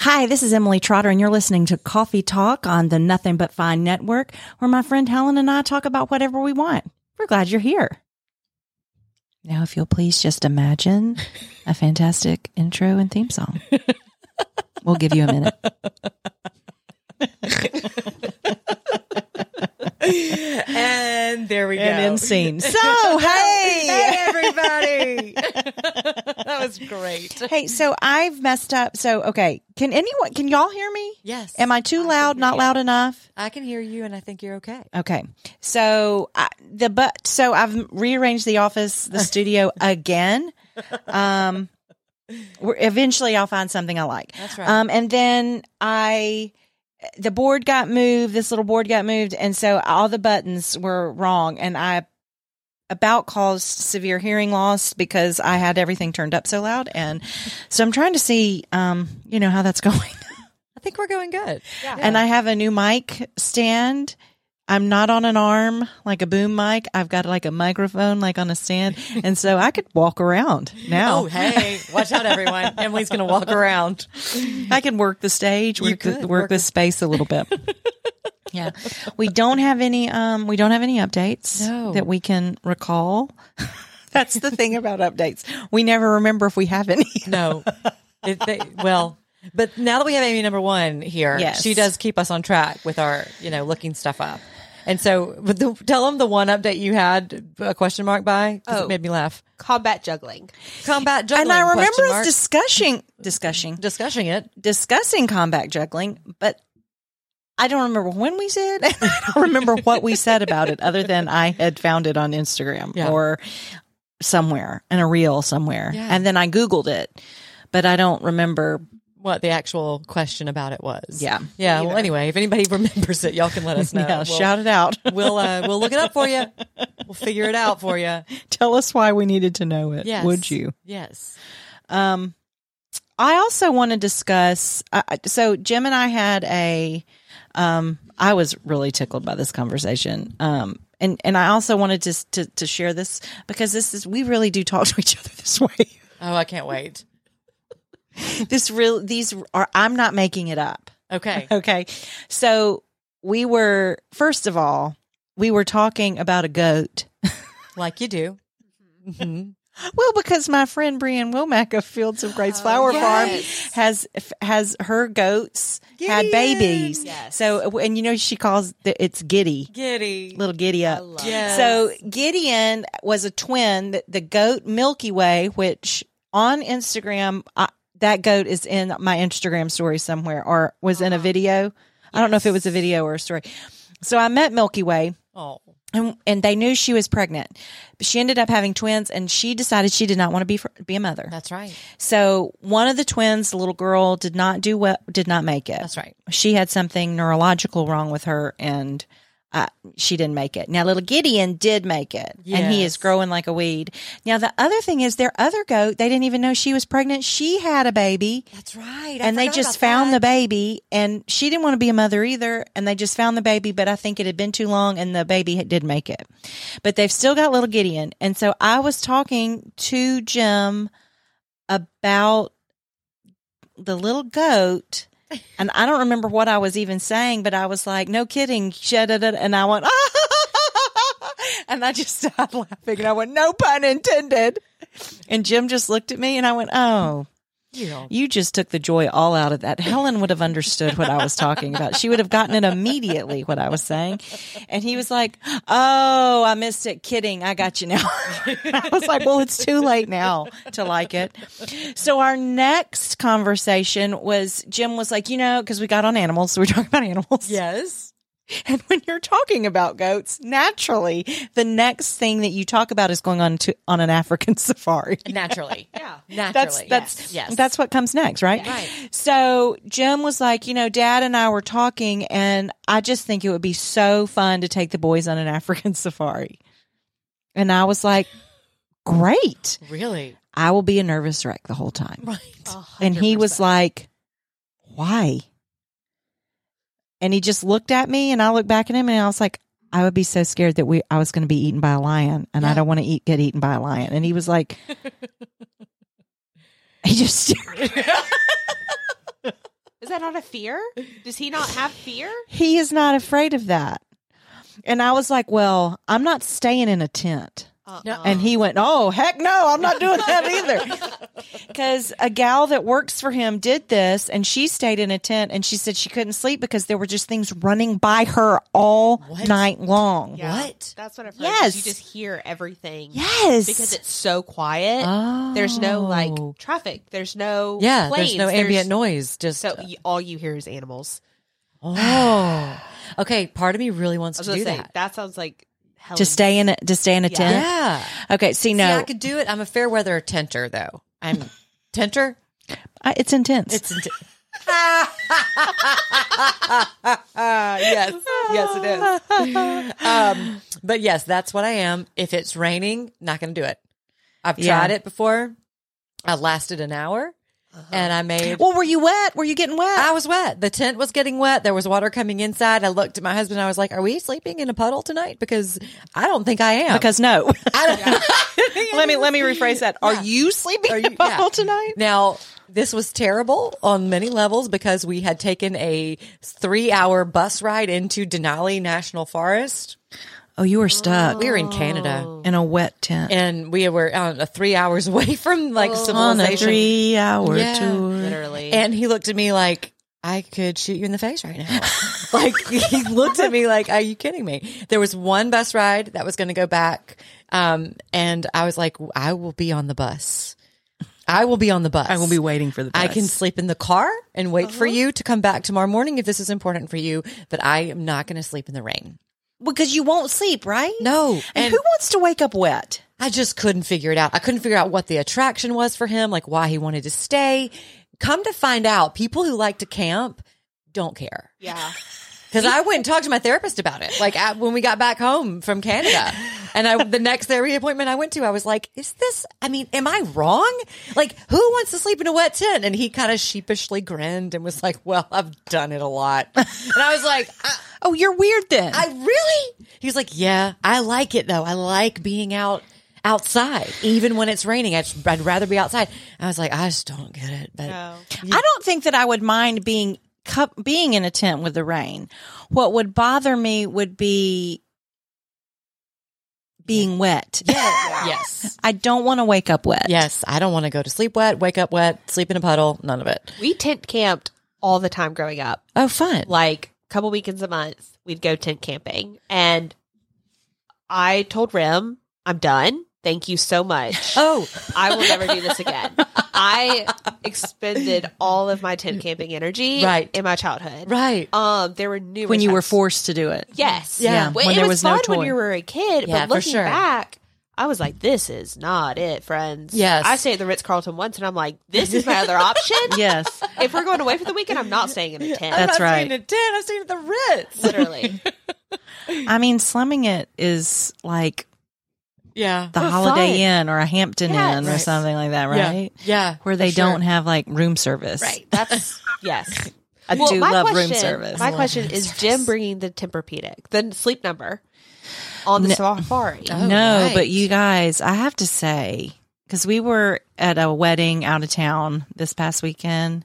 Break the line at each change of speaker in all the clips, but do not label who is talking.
Hi, this is Emily Trotter, and you're listening to Coffee Talk on the Nothing But Fine Network, where my friend Helen and I talk about whatever we want. We're glad you're here. Now, if you'll please just imagine a fantastic intro and theme song. We'll give you a minute.
and there we
And
go.
in scene. So, hey!
Hey, everybody. that was great.
Hey, so I've messed up. So, okay. Can anyone, can y'all hear me?
Yes.
Am I too loud? Not loud enough?
I can hear you, and I think you're okay.
Okay. So I, the but so I've rearranged the office, the studio again. Um we're, eventually I'll find something I like.
That's right.
Um and then I the board got moved, this little board got moved and so all the buttons were wrong and I about caused severe hearing loss because I had everything turned up so loud and so I'm trying to see um you know how that's going.
I think we're going good. Yeah.
And I have a new mic stand. I'm not on an arm like a boom mic. I've got like a microphone like on a stand. And so I could walk around now.
oh, hey, watch out, everyone. Emily's going to walk around.
I can work the stage, work, the,
could
work,
work
the space a little bit. yeah. We don't have any um we don't have any updates
No.
that we can recall. That's the thing about updates. We never remember if we have any.
No. It, they, well, but now that we have Amy number one here,
Yes.
she does keep us on track with our, you know, looking stuff up. And so, with the, tell them the one update you had a question mark by. 'cause
Oh.
It made me laugh.
combat juggling.
Combat juggling.
And I remember
question
us
mark.
discussing discussing
discussing it.
discussing combat juggling, but I don't remember when we said. I don't remember what we said about it, other than I had found it on Instagram
Yeah.
or somewhere in a reel somewhere,
Yeah.
and then I Googled it, but I don't remember.
what the actual question about it was.
Yeah.
Yeah. Well, anyway, if anybody remembers it, y'all can let us know.
yeah,
we'll,
shout it out.
We'll uh, we'll look it up for you. We'll figure it out for you.
Tell us why we needed to know it.
Yes.
Would you?
Yes.
Um, I also want to discuss. I I- so Jim and I had a. Um, I was really tickled by this conversation. Um, and and I also wanted to to, to share this because this is we really do talk to each other this way.
Oh, I can't wait.
this real these are. I'm not making it up.
Okay.
Okay, so we were first of all we were talking about a goat.
Like you do. Mhm.
Well, because my friend Brian Womack of Fields of Grace Flower
Oh, yes.
Farm has has her goats had
Gideon.
babies.
Yes.
So uh, and you know she calls the, it's Giddy,
Giddy.
little Giddy up.
love
Yes.
So Gideon was a twin, the, the goat Milky Way, which on Instagram I, that goat is in my Instagram story somewhere or was
Uh-huh.
in a video. I don't know if it was a video or a story. So I met Milky Way
Oh.
and, and they knew she was pregnant. But she ended up having twins, and she decided she did not want to be fr- be a mother.
That's right.
So one of the twins, the little girl, did not do well, did not make it.
That's right.
She had something neurological wrong with her, and uh, she didn't make it. Now little Gideon did make it, and he is
Yes.
growing like a weed. Now the other thing is their other goat. They didn't even know she was pregnant. She had a baby
That's right.
and they just found the baby and she didn't want to be a mother either and they just found the baby but i think it had been too long and the baby had- did make it but they've still got little gideon and so i was talking to jim about the little goat and i don't remember what i was even saying but i was like no kidding shadada," and i went and i just started laughing and i went no pun intended and jim just looked at me and i went oh
You know.
you just took the joy all out of that. Helen would have understood what I was talking about. She would have gotten it immediately what I was saying. And he was like, "Oh, I missed it. Kidding. I got you now." I was like, "Well, it's too late now to like it." So our next conversation was Jim was like, "You know, because we got on animals, so we're talking about animals."
Yes.
And when you're talking about goats, naturally, the next thing that you talk about is going on to on an African safari.
Naturally.
Yeah.
Naturally.
That's that's
yes. yes.
that's what comes next, right?
Right.
So Jim was like, you know, Dad and I were talking, and I just think it would be so fun to take the boys on an African safari. And I was like, great!
really
I will be a nervous wreck the whole time.
right.
And he was like, why? And he just looked at me, and I looked back at him, and I was like, I would be so scared that we I was going to be eaten by a lion, and I
Yeah.
don't want to eat get eaten by a lion. And he was like, he just stared.
It Is that not a fear? Does he not have fear?
He is not afraid of that. And I was like, well, I'm not staying in a tent.
Uh-uh.
And he went, Oh, heck no, I'm not doing that either. Because a gal that works for him did this and she stayed in a tent and she said she couldn't sleep because there were just things running by her all
What?
night long.
Yeah,
What?
That's what I've heard.
Yes.
is You just hear everything.
Yes.
Because it's so quiet. There's no
Oh.
like traffic. There's no
yeah.
planes.
There's no ambient noise. Just
So y- all you hear is animals.
oh. Okay, part of me really wants
I was
to
gonna
do
say
that.
that sounds like hell.
to stay in a to stay in a
Yeah.
tent.
Yeah.
Okay, see no
See, I could do it. I'm a fair weather tenter, though. I'm tenter.
I- it's intense.
It's int- yes, yes, it is. Um, but yes, that's what I am. If it's raining, not going to do it. I've
Yeah.
tried it before. I lasted an hour, and I made.
well, were you wet? Were you getting wet?
I was wet. The tent was getting wet. There was water coming inside. I looked at my husband. I was like, "Are we sleeping in a puddle tonight?" Because I don't think I am.
because no.
I don't.
let me let me rephrase that. Are you sleeping
Are
in
you-
a bottle
yeah.
tonight?
Now, this was terrible on many levels because we had taken a three hour bus ride into Denali National Forest.
Oh, you were stuck.
We were in Canada
in a wet tent.
and we were uh, three hours away from like
on a
civilization.
three hour
Yeah.
tour.
literally.
And he looked at me like, I could shoot you in the face right now. like, he looked at me like, are you kidding me? There was one bus ride that was going to go back. Um, and I was like, I will be on the bus. I will be on the bus.
I will be waiting for the
I can sleep in the car and wait for
Uh-huh.
you to come back tomorrow morning if this is important for you, but I am not going to sleep in the rain.
because you won't sleep, right?
No.
And,
And
who wants to wake up wet?
I just couldn't figure it out. I couldn't figure out what the attraction was for him, like why he wanted to stay. Come to find out, people who like to camp don't care.
yeah.
Because I went and talked to my therapist about it, like at, when we got back home from Canada. And I, the next therapy appointment I went to, I was like, is this, I mean, am I wrong? Like, who wants to sleep in a wet tent? And he kind of sheepishly grinned and was like, well, I've done it a lot. And I was like, "Uh, I,
Oh, you're weird then.
I really? He was like, yeah, I like it though. I like being out outside, even when it's raining. I just, I'd rather be outside. I was like, I just don't get it. But
No.
I don't think that I would mind being cu- being in a tent with the rain. What would bother me would be being wet.
yes,
I don't want to wake up wet.
yes, I don't want to go to sleep wet, wake up wet, sleep in a puddle, none of it.
We tent camped all the time growing up.
Oh, fun.
Like a couple weekends a month, we'd go tent camping. And I told Rim, I'm done. Thank you so much.
Oh,
I will never do this again. I expended all of my tent camping energy
Right.
in my childhood.
right.
Um, there were numerous
When you were
times-
forced to do it.
Yes.
Yeah,
Well,
when
it
there
was,
was no
fun
toy.
when you were a kid,
Yeah,
but
for
looking
sure.
back, I was like, this is not it, friends.
Yes.
I stayed at the Ritz Carlton once and I'm like, this is my other option.
Yes.
If we're going away for the weekend, I'm not staying in a tent.
That's right.
Staying at ten. I'm staying at the Ritz.
Literally.
I mean, slumming it is like
Yeah.
the
Oh,
Holiday
fun.
Inn or a Hampton
Yes.
Inn or
Right.
something like that,
Yeah.
right?
Yeah.
Where they
for sure.
don't have like room service.
Right. That's yes.
I
Well,
do
my
love room
question-
service.
My
love
question
room
is
service.
Jim bringing the Tempur-Pedic, the sleep number on the
No.
safari.
Oh,
no,
right.
but you guys, I have to say, because we were at a wedding out of town this past weekend.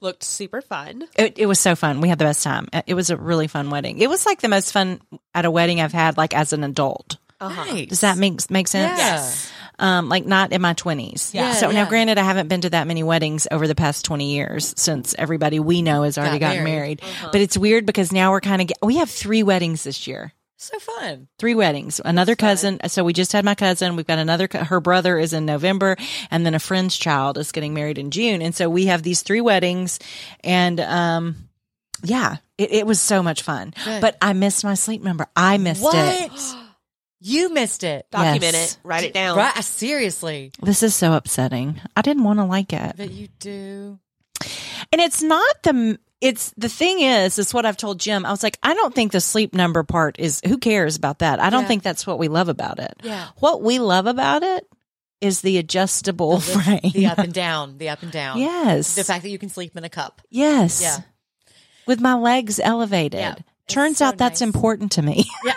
Looked super fun.
It, it was so fun. We had the best time. It was a really fun wedding. It was like the most fun at a wedding I've had, like as an adult.
Uh-huh.
Nice.
Does that make make sense?
Yes.
Um, like not in my twenties.
Yeah,
so
yeah.
now, granted, I haven't been to that many weddings over the past twenty years since everybody we know has already
Got
gotten
married. Uh-huh.
married. But it's weird because now we're kind of get, we have three weddings this year.
So fun.
three weddings another cousin uh, so we just had my cousin we've got another co- her brother is in november and then a friend's child is getting married in june and so we have these three weddings and um yeah it, it was so much fun
Good.
but i missed my sleep number i missed it
you missed it.
Document
Yes.
it. Write it down.
Right? Seriously.
this is so upsetting i didn't want to like it
But you do.
and it's not the it's the thing is is what i've told jim i was like i don't think the sleep number part is who cares about that i don't
Yeah.
think that's what we love about it
Yeah.
what we love about it is the adjustable frame
The up and down. The up and down.
Yes.
The fact that you can sleep in a cup.
yes.
Yeah.
With my legs elevated.
Yeah. It's
Turns
so
out that's
nice.
important to me.
Yeah.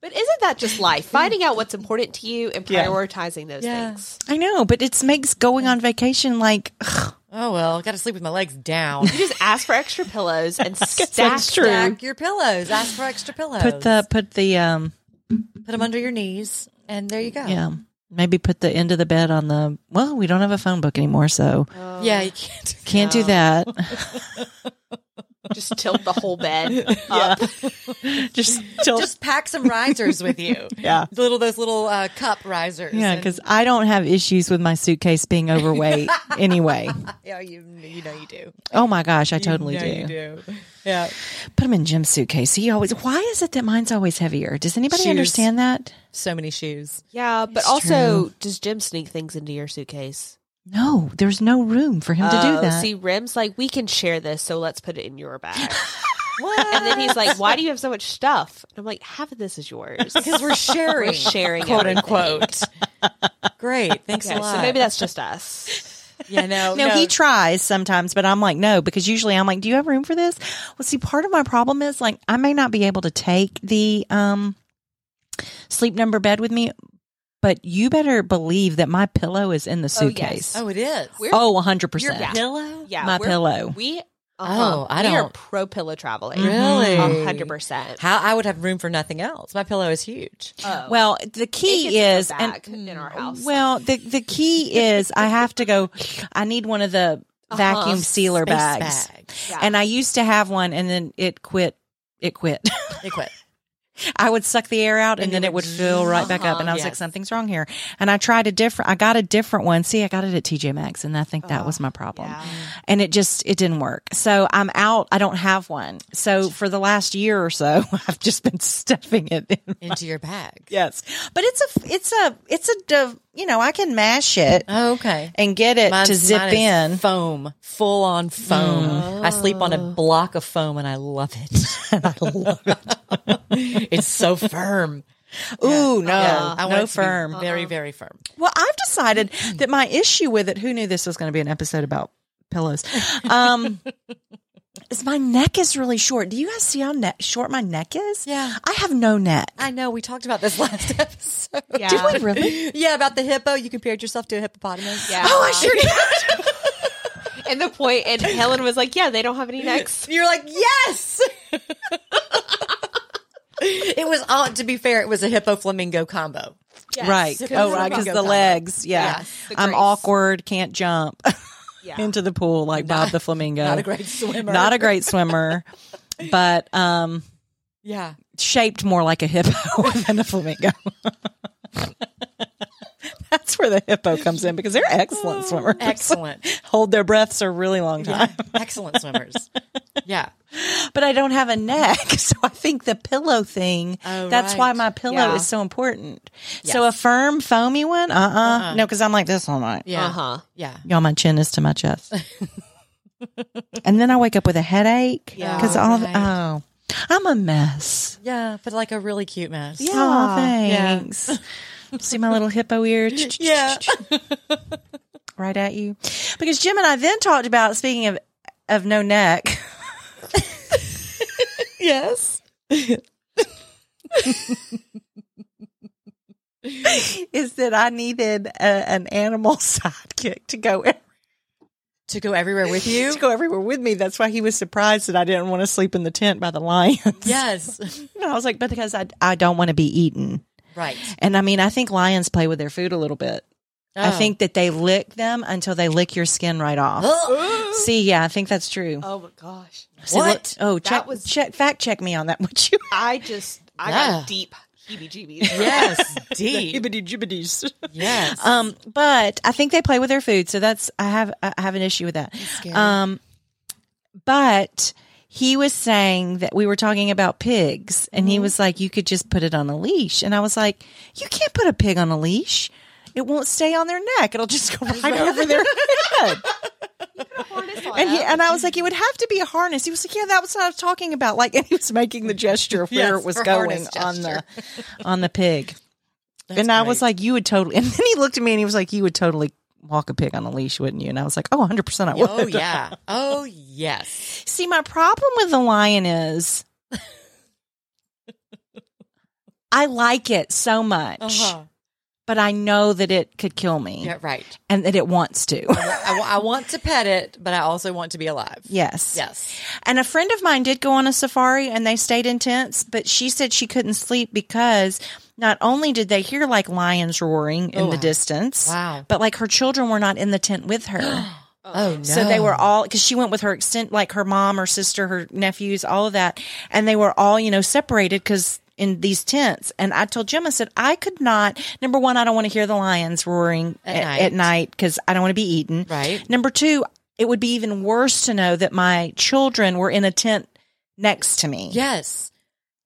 But isn't that just life? Finding out what's important to you and
Mm. Yeah.
prioritizing those
Yeah.
things.
I know, but it makes going on vacation like ugh,
Oh well, got to sleep with my legs down.
You just ask for extra pillows and stack
that's true.
them.
Stack your pillows. Ask for extra pillows.
Put the put the um
put them under your knees, and there you go.
yeah. Maybe put the end of the bed on the well, we don't have a phone book anymore, so
yeah. You can't.
can't do
No.
that.
Just tilt the whole bed up.
just tilt
Just pack some risers with you.
Yeah.
The little those little uh, cup risers.
Yeah,
and-
because I don't have issues with my suitcase being overweight anyway.
yeah, you you know you do.
Oh my gosh, I totally
you know
do.
You do. Yeah.
Put them in Jim's suitcase. He always. Why is it that mine's always heavier? Does anybody
Shoes.
understand that?
So many shoes.
Yeah, but
It's
also, does Jim sneak things into your suitcase?
No, there's no room for him to
Oh,
do that.
See, Rim's like, we can share this, so let's put it in your bag.
What?
and then he's like, why do you have so much stuff? And I'm like, half of this is yours.
because we're sharing,
sharing
quote
everything.
unquote. Great. Thanks
Okay,
a lot.
so maybe that's just us.
yeah. No.
no, he tries sometimes, but I'm like, no, because usually I'm like, do you have room for this? Well, see, part of my problem is like I may not be able to take the um sleep number bed with me, but you better believe that my pillow is in the
Oh, yes.
suitcase.
oh, it is.
We're-
Oh, 100
Your
percent.
Yeah.
pillow.
Yeah,
My
we're-
pillow.
We um,
Oh, I
We are
don't-
pro pillow traveling.
Really?
a hundred percent.
How I would have room for nothing else. My pillow is huge.
Oh.
Well, the
It
key
gets
is,
to go
and
back in our house.
well, the the key is, I have to go. I need one of the vacuum sealer
Uh-huh. Space
bags,
bag.
Yeah.
and I used to have one, and then it quit. It quit.
They quit.
I would suck the air out, and,
And
then
it
it would
would
fill right back up. And I was like,
yes.
"Something's wrong here." And I tried a different. I got a different one. See, I got it at TJ Maxx, and I think that was my problem.
yeah.
And it just it didn't work. So I'm out. I don't have one. So for the last year or so, I've just been stuffing it in
into your bag.
Yes, but it's a it's a it's a div- you know I can mash it
Oh, okay.
and get it to
Mine's-
zip
mine is
in.
foam, full on foam. I sleep on a block of foam and I love it. I love it. it's so firm.
Ooh no,
Yeah, I want
no
it to be
firm.
Very, very firm.
Well, I've decided that my issue with it. Who knew this was going to be an episode about pillows? Um, is my neck is really short. Do you guys see how ne- short my neck is?
Yeah.
I have no neck.
I know we talked about this last episode.
Yeah.
Did we really?
yeah, about the hippo. You compared yourself to a hippopotamus.
Yeah.
Oh, I sure did.
And the point, and Helen was like, "Yeah, they don't have any necks."
You're like, yes. it was all to be fair, it was a hippo flamingo combo.
Yes.
Right.
Because
Oh,
of
right. Because
the
the
combo.
legs. Yeah.
Yes, the
I'm
grace.
awkward. Can't jump
Yeah.
into the pool like Bob the Flamingo.
Oh. Not a great swimmer.
not a great swimmer, but um,
yeah.
shaped more like a hippo than a flamingo. That's where the hippo comes in because they're excellent swimmers.
Excellent.
Hold their breaths a really long
Yeah.
time.
Excellent swimmers. Yeah.
But I don't have a neck, so I think the pillow thing,
Oh,
that's
right.
why my pillow
Yeah.
is so important. So a firm, foamy one? Uh-uh. No, because I'm like this all night.
Yeah.
Uh huh.
Yeah.
Y'all, my chin is to my chest. and then I wake up with a headache
Yeah.
because all the,
Right.
oh, I'm a mess.
Yeah, but like a really cute mess.
Yeah.
Yeah.
Oh, thanks. See my little hippo ear
Yeah.
right at you. Because Jim and I then talked about speaking of of no neck.
yes.
Is that I needed a, an animal sidekick to go ev-
To go everywhere with you.
to go everywhere with me. That's why he was surprised that I didn't want to sleep in the tent by the lions.
yes.
And I was like, but because I I don't want to be eaten.
Right.
And I mean, I think lions play with their food a little bit. I
Oh.
think that they lick them until they lick your skin right off.
Ugh.
See, yeah, I think that's true.
Oh my gosh.
See, look-
What?
oh,
That
check,
was-
check, fact check me on that, would you?
I just, I
Yeah.
got deep heebie-jeebies.
yes. Deep.
jibbities.
Yes.
Um, but I think they play with their food, so that's I have I have an issue with that.
scary.
Um, but he was saying that we were talking about pigs, and he was like, "You could just put it on a leash," and I was like, "You can't put a pig on a leash." It won't stay on their neck. It'll just go right over their head. And he, and I was like, it would have to be a harness. He was like, yeah, that was what I was talking about. Like, and he was making the gesture of where
Yes,
it was
her
going
harness
on the
gesture.
on the pig.
That's
and I was
great.
like, you would totally. And then he looked at me and he was like, you would totally walk a pig on a leash, wouldn't you? And I was like, oh, 100 percent, I would.
Oh yeah. Oh yes.
See, my problem with the lion is.
Uh-huh.
I like it so much. but I know that it could kill me
Yeah, right.
and that it wants to.
I, wa- I want to pet it, but I also want to be alive.
yes.
Yes.
And a friend of mine did go on a safari and they stayed in tents, but she said she couldn't sleep because not only did they hear like lions roaring in
Oh,
the
wow.
distance,
Wow.
but like her children were not in the tent with her.
Oh no.
So they were all because she went with her extent, like her mom, her sister, her nephews, all of that, and they were all you know separated because in these tents. And I told Jim, I said I could not. Number one, I don't want to hear the lions roaring
At
at,
night.
at night because I don't want to be eaten.
Right.
Number two, it would be even worse to know that my children were in a tent next to me.
Yes.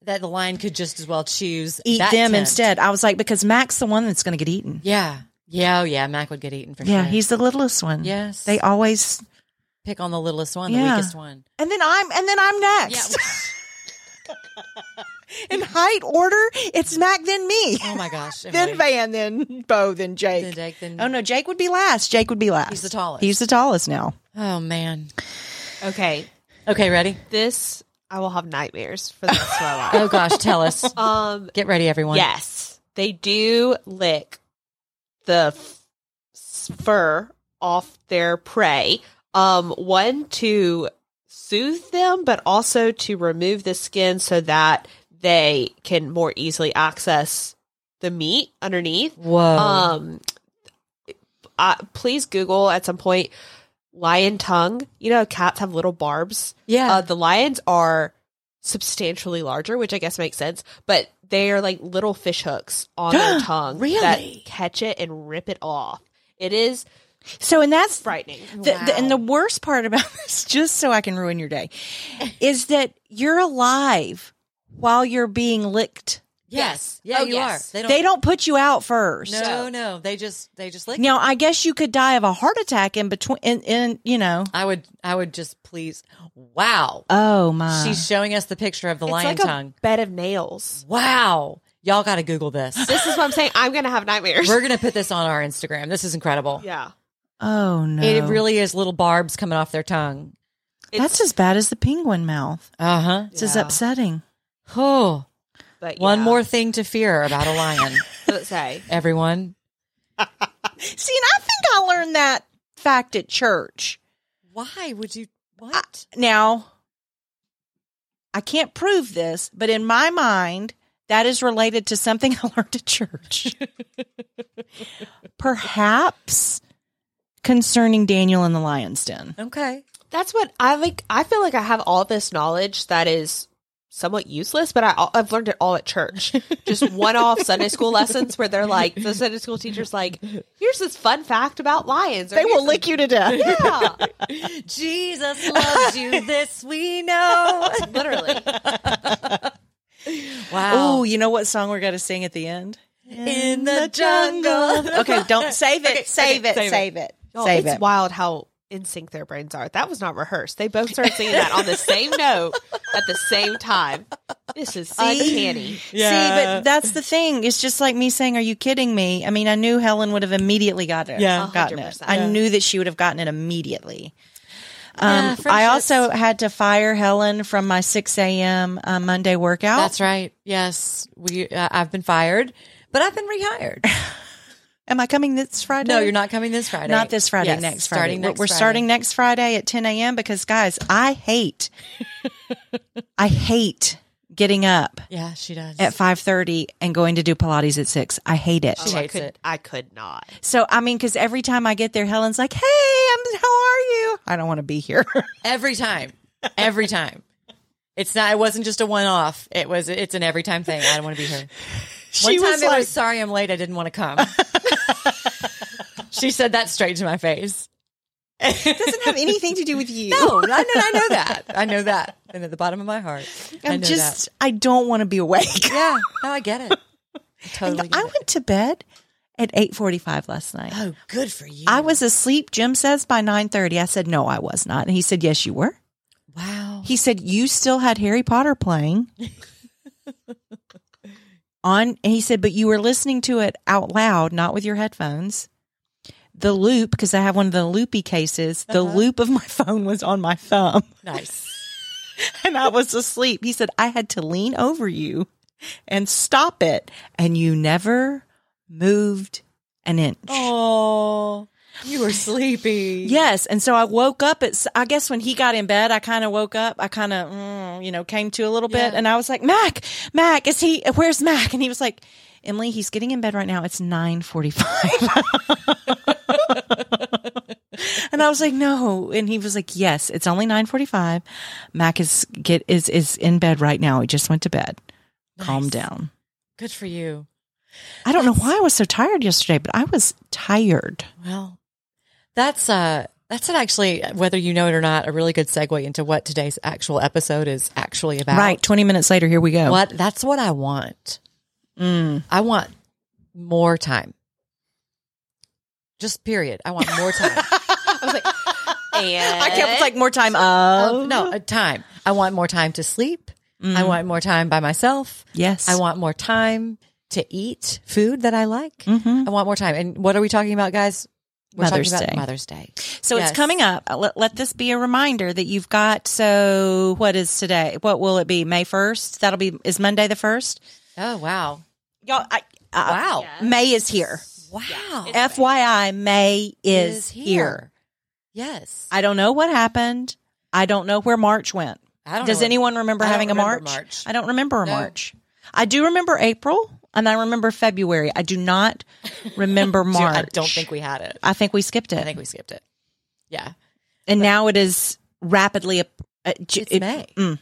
That the lion could just as well choose
Eat
that
them
tent.
instead. I was like, because Mac's the one that's going to get eaten.
Yeah. Yeah. Oh, yeah. Mac would get eaten for
Yeah,
sure.
he's the littlest one.
Yes.
They always
pick on the littlest one, the
Yeah.
weakest one.
And then I'm and then I'm next. In height order, it's Mac then me.
Oh my gosh.
then
Emily.
Van, then Bo, then Jake.
Then Jake, then-
oh no, Jake would be last. Jake would be last.
He's the tallest.
He's the tallest now.
oh man.
Okay,
Okay, ready?
this I will have nightmares for the rest of my life.
Oh gosh, tell us.
Um,
Get ready, everyone.
yes, they do lick the f- s- fur off their prey. Um, one to soothe them, but also to remove the skin so that they can more easily access the meat underneath.
Whoa.
Um, uh, please Google at some point lion tongue. You know, cats have little barbs.
yeah.
Uh, the lions are substantially larger, which I guess makes sense, but they are like little fish hooks on their tongue
Really?
that catch it and rip it off. It is
So and that's
frightening.
The, the, and the worst part about this, just so I can ruin your day, is that you're alive while you're being licked.
yes.
yes.
Yeah,
Oh,
you
yes.
are. They don't,
They don't put you out first.
no, no. They just they just lick.
Now I guess you could die of a heart attack in between. In, in you know.
I would I would just please Wow.
Oh my.
She's showing us the picture of the
it's
lion
like
tongue.
a bed of nails.
Wow. Y'all gotta Google this.
This is what I'm saying. I'm gonna have nightmares.
We're gonna put this on our Instagram. This is incredible.
yeah,
oh no.
It really is little barbs coming off their tongue.
That's as bad as the penguin mouth.
Uh huh.
It's as
Yeah.
upsetting.
Oh,
but
one
yeah.
more thing to fear about a lion,
Does it say?
everyone.
See, and I think I learned that fact at church.
Why would you? What?
Now, I can't prove this, but in my mind, that is related to something I learned at church. Perhaps concerning Daniel and the lion's den.
okay.
That's what I like. I feel like I have all this knowledge that is somewhat useless, but I, I've learned it all at church. Just one off Sunday school lessons where they're like, the Sunday school teacher's like, here's this fun fact about lions. or
They will
"Here's
lick you to death.
this-" Yeah,
Jesus loves you. This we know.
literally.
Wow.
Oh, you know what song we're going to sing at the end?
In the jungle.
Okay, don't save it. save,
okay,
it Oh,
save it.
save, it.
Y'all,
Save
it's
it.
wild how in sync their brains are. That was not rehearsed. They both started singing that on the same note at the same time. This is uncanny.
See, but that's the thing. It's just like me saying, "Are you kidding me?" I mean, I knew Helen would have immediately got it.
Yeah.
gotten it.
100%.
I knew that she would have gotten it immediately. Um,
friendships.
I also had to fire Helen from my six a.m. Uh, Monday workout.
That's right. Yes, we. Uh, I've been fired, but I've been rehired.
Am I coming this Friday?
No, you're not coming this Friday.
Not this Friday.
Yes,
next Friday.
Starting
We're-
next
We're
Friday.
starting next Friday at ten a.m. Because guys, I hate, I hate getting up
Yeah, she does.
at five thirty and going to do Pilates at six. I hate it.
Oh, I
hates
could,
it.
I could not.
So I mean, because every time I get there, Helen's like, "Hey, I'm. How are you? I don't want to be here."
Every time. Every time. It's not. It wasn't just a one-off. It was. It's an every time thing. I don't want to be here. One
She
time
was
it
like-
was sorry I'm late. I didn't want to come. she said that straight to my face.
Doesn't have anything to do with you.
No, I know. I know that. I know that. And at the bottom of my heart, I
I'm
know
just. I don't want to be awake.
that. Yeah. No, I get it. I totally.
I
get it.
went to bed at eight forty-five last night.
Oh, good for you.
I was asleep. Jim says by nine thirty. I said no, I was not, and he said yes, you were.
wow.
He said you still had Harry Potter playing. On and he said, but you were listening to it out loud, not with your headphones. The loop, because I have one of the loopy cases, the loop of my phone was on my thumb.
Nice.
and I was asleep. He said, I had to lean over you and stop it. And you never moved an inch.
Oh, you were sleepy.
Yes, and so I woke up at. I guess when he got in bed, I kind of woke up. I kind of, mm, you know, came to a little bit,
Yeah.
and I was like, "Mac, Mac, is he? Where's Mac?" And he was like, "Emily, he's getting in bed right now. It's nine forty-five. and I was like, "No," and he was like, "Yes, it's only nine forty-five. Mac is get is is in bed right now. He just went to bed. Calm
Nice.
down."
Good for you.
I don't know why I was so tired yesterday, but I was tired.
Well, that's uh that's an actually whether you know it or not a really good segue into what today's actual episode is actually about.
Right, twenty minutes later, here we go.
What that's what I want.
Mm.
I want more time. Just period. I want more time.
And
I kept like more time Oh. of Mm.
Um, no, a time. I want more time to sleep. I want more time by myself.
Yes.
I want more time to eat food that I like.
Mhm.
I want more time. And what are we talking about, guys? We're
Mother's
talking about
Day.
Mother's Day.
So
Yes.
it's coming up. Uh, Let, let this be a reminder that you've got. So what is today? What will it be? May first. That'll be is Monday the first.
Oh wow.
Y'all, I, I,
Wow.
Yeah.
May is here.
Wow.
FYI, May is, here.
Yes.
I don't know what happened. I don't know where March went.
I don't
Does
know what-
anyone remember
I don't
having a
remember
March?
March.
I don't remember a
No.
March. I do remember April and I remember February. I do not remember
Dude,
March.
I don't think we had it.
I think we skipped it.
I think we skipped it. Yeah.
and now it is rapidly. ap- Uh, j-
It's
it-
May.
mm.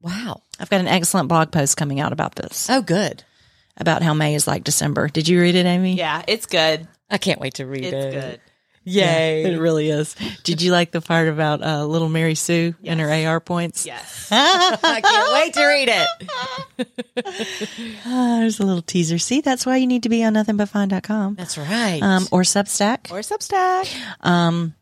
Wow.
I've got an excellent blog post coming out about this,
Oh, good.
about how May is like December. Did you read it, Amy?
Yeah, it's good.
I can't wait to read
It's
it.
good.
Yay.
It really is. Did you like the part about uh, little Mary Sue and her AR points?
Yes.
I can't wait to read it.
Ah, there's a little teaser. See, that's why you need to be on nothingbutfine.com
That's right.
um, or Substack.
Or Substack.
Um,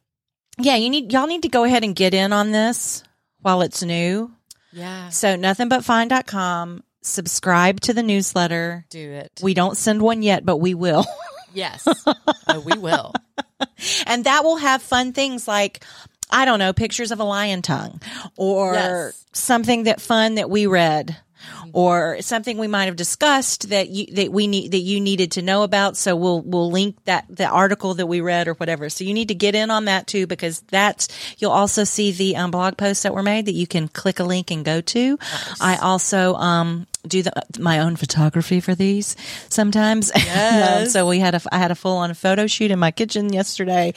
yeah, you need y'all need to go ahead and get in on this while it's new.
yeah.
So nothingbutfine.com. Subscribe to the newsletter.
Do it.
We don't send one yet, but we will.
yes. Oh, we will.
and that will have fun things like I don't know, pictures of a lion tongue or
Yes.
something that fun that we read or something we might have discussed that you that we need that you needed to know about so we'll we'll link that the article that we read or whatever so you need to get in on that too because that's you'll also see the um, blog posts that were made that you can click a link and go to i also um do the, my own photography for these sometimes Um, so we had a i had a full on photo shoot in my kitchen yesterday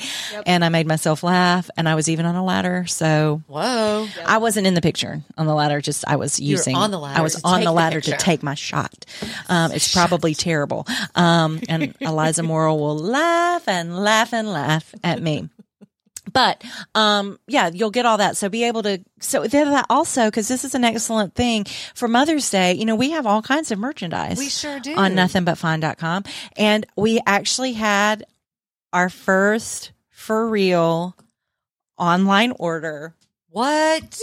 and i made myself laugh and i was even on a ladder so
Whoa.
I wasn't in the picture on the ladder. Just I was
were
using
on the ladder
I was
to
on
take
the
the
ladder to
picture.
take my shot. Um, it's probably terrible. Um, and Eliza Morrow will laugh and laugh and laugh at me. But um, yeah, you'll get all that. So be able to. So then that also because this is an excellent thing for Mother's Day. You know, we have all kinds of merchandise.
We sure do.
on nothingbutfine.com, and we actually had our first for real online order
What?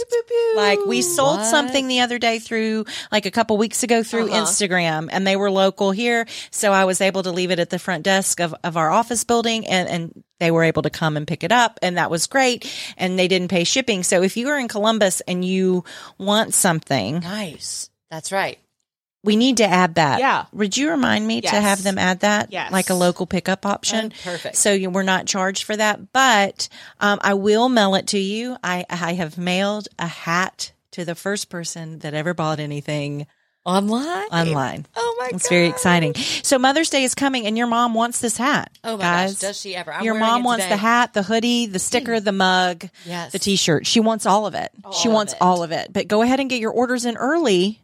like we sold
What?
something the other day through like a couple weeks ago through
Uh-huh.
Instagram and they were local here. So I was able to leave it at the front desk of, of our office building and, and they were able to come and pick it up and that was great. And they didn't pay shipping. So if you are in Columbus and you want something,
Uh-huh.
Nice. That's right.
we need to add that.
Yeah.
Would you remind me
Yes.
to have them add that?
Yes.
Like a local pickup option?
Oh, perfect.
So you, we're not charged for that, but um, I will mail it to you. I, I have mailed a hat to the first person that ever bought anything
Online.
online.
Oh my god.
It's very exciting. So Mother's Day is coming, and your mom wants this hat.
Oh my
guys.
gosh. Does she ever? I'm
your
wearing
mom
it
wants the
today. Hmm.
hat, the hoodie, the sticker, the mug,
Yes.
the t-shirt. She wants all of it. she
of
wants
it.
all of it. But go ahead and get your orders in early,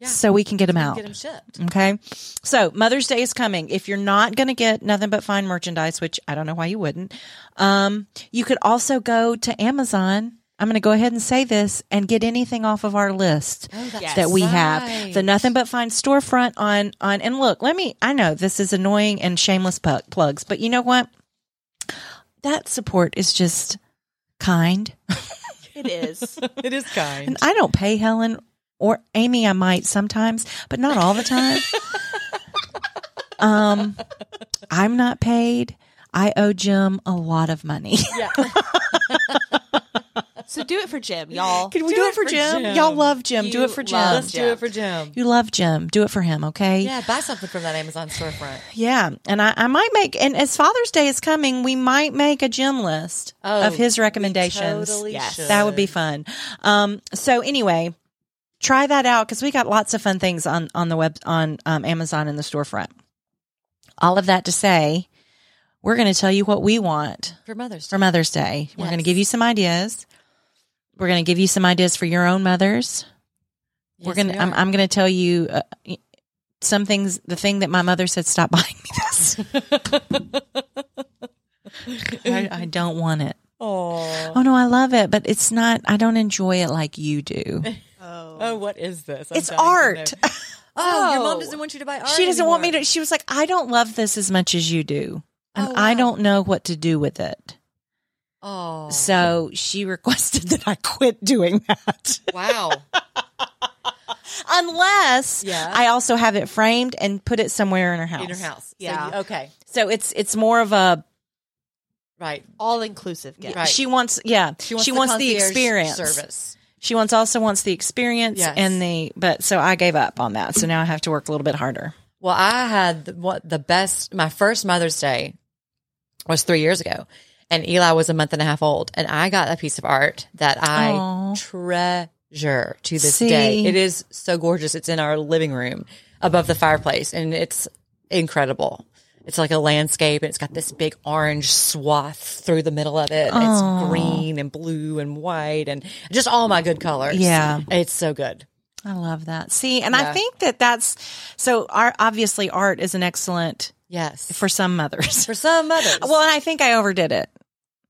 Yeah.
so we can get them out.
Get them shipped.
Okay. So Mother's Day is coming. If you're not going to get nothing but fine merchandise, which I don't know why you wouldn't, um, you could also go to Amazon. I'm going to go ahead and say this and get anything off of our list
Oh, that's
Yes.
that we
right.
have. The Nothing But Fine storefront on, on, and look, let me, I know this is annoying and shameless pu- plugs, but you know what? That support is just kind.
It is.
It is kind.
And I don't pay Helen or Amy. I might sometimes, but not all the time. um, I'm not paid. I owe Jim a lot of money.
Yeah. so So do it for Jim, y'all.
Do,
Can
it for Jim. Y'all love Jim. do
You
it for Jim.
love
Let's do it for Jim.
You love Jim. Do it for him, okay?
Yeah, buy something from that Amazon storefront.
Yeah. And I, I might make, and as Father's Day is coming, we might make a Jim list
Oh,
of his
we
recommendations.
totally
Yes.
should.
That would be fun. Um, so anyway, try that out because we got lots of fun things on on the web on um, Amazon in the storefront. All of that to say, we're going to tell you what we want
for Mother's Day.
for Mother's Day. We're going to
Yes.
give you some ideas. We're going to give you some ideas for your own mothers. we're
Yes,
going
we
to I'm,
are.
I'm going to tell you uh, some things. The thing that my mother said, stop buying me this. I, I don't want it.
Oh.
Oh no, I love it, but it's not. I don't enjoy it like you do.
Oh, what is this? I'm
it's
dying
art.
to know. Oh, your mom
No.
doesn't want you to buy art.
she doesn't want me
anymore.
to. She was like, I don't love this as much as you do, and
Oh,
I
wow.
don't know what to do with it.
Oh,
So she requested that I quit doing that,
wow.
unless
Yeah.
I also have it framed and put it somewhere in her house.
In her house. So
Yeah.
you- okay.
So it's it's more of a
Right.
All inclusive gift.
Right.
she wants yeah she wants, the,
concierge
experience
service.
she wants also wants the experience
Yes.
and the but so I gave up on that so now I have to work a little bit harder
Well, I had the, what the best. My first Mother's Day was three years ago, and Eli was a month and a half old, and I got a piece of art that I
Aw.
treasure to this
See?
day. It is so gorgeous. It's in our living room above the fireplace, and it's incredible. It's like a landscape, and it's got this big orange swath through the middle of it. and It's green and blue and white, and just all my good colors.
Yeah.
it's so good.
I love that. See, and I
Yeah.
think that that's so. Art, obviously, art is an excellent
Yes,
for some mothers.
for some mothers,
Well, and I think I overdid it.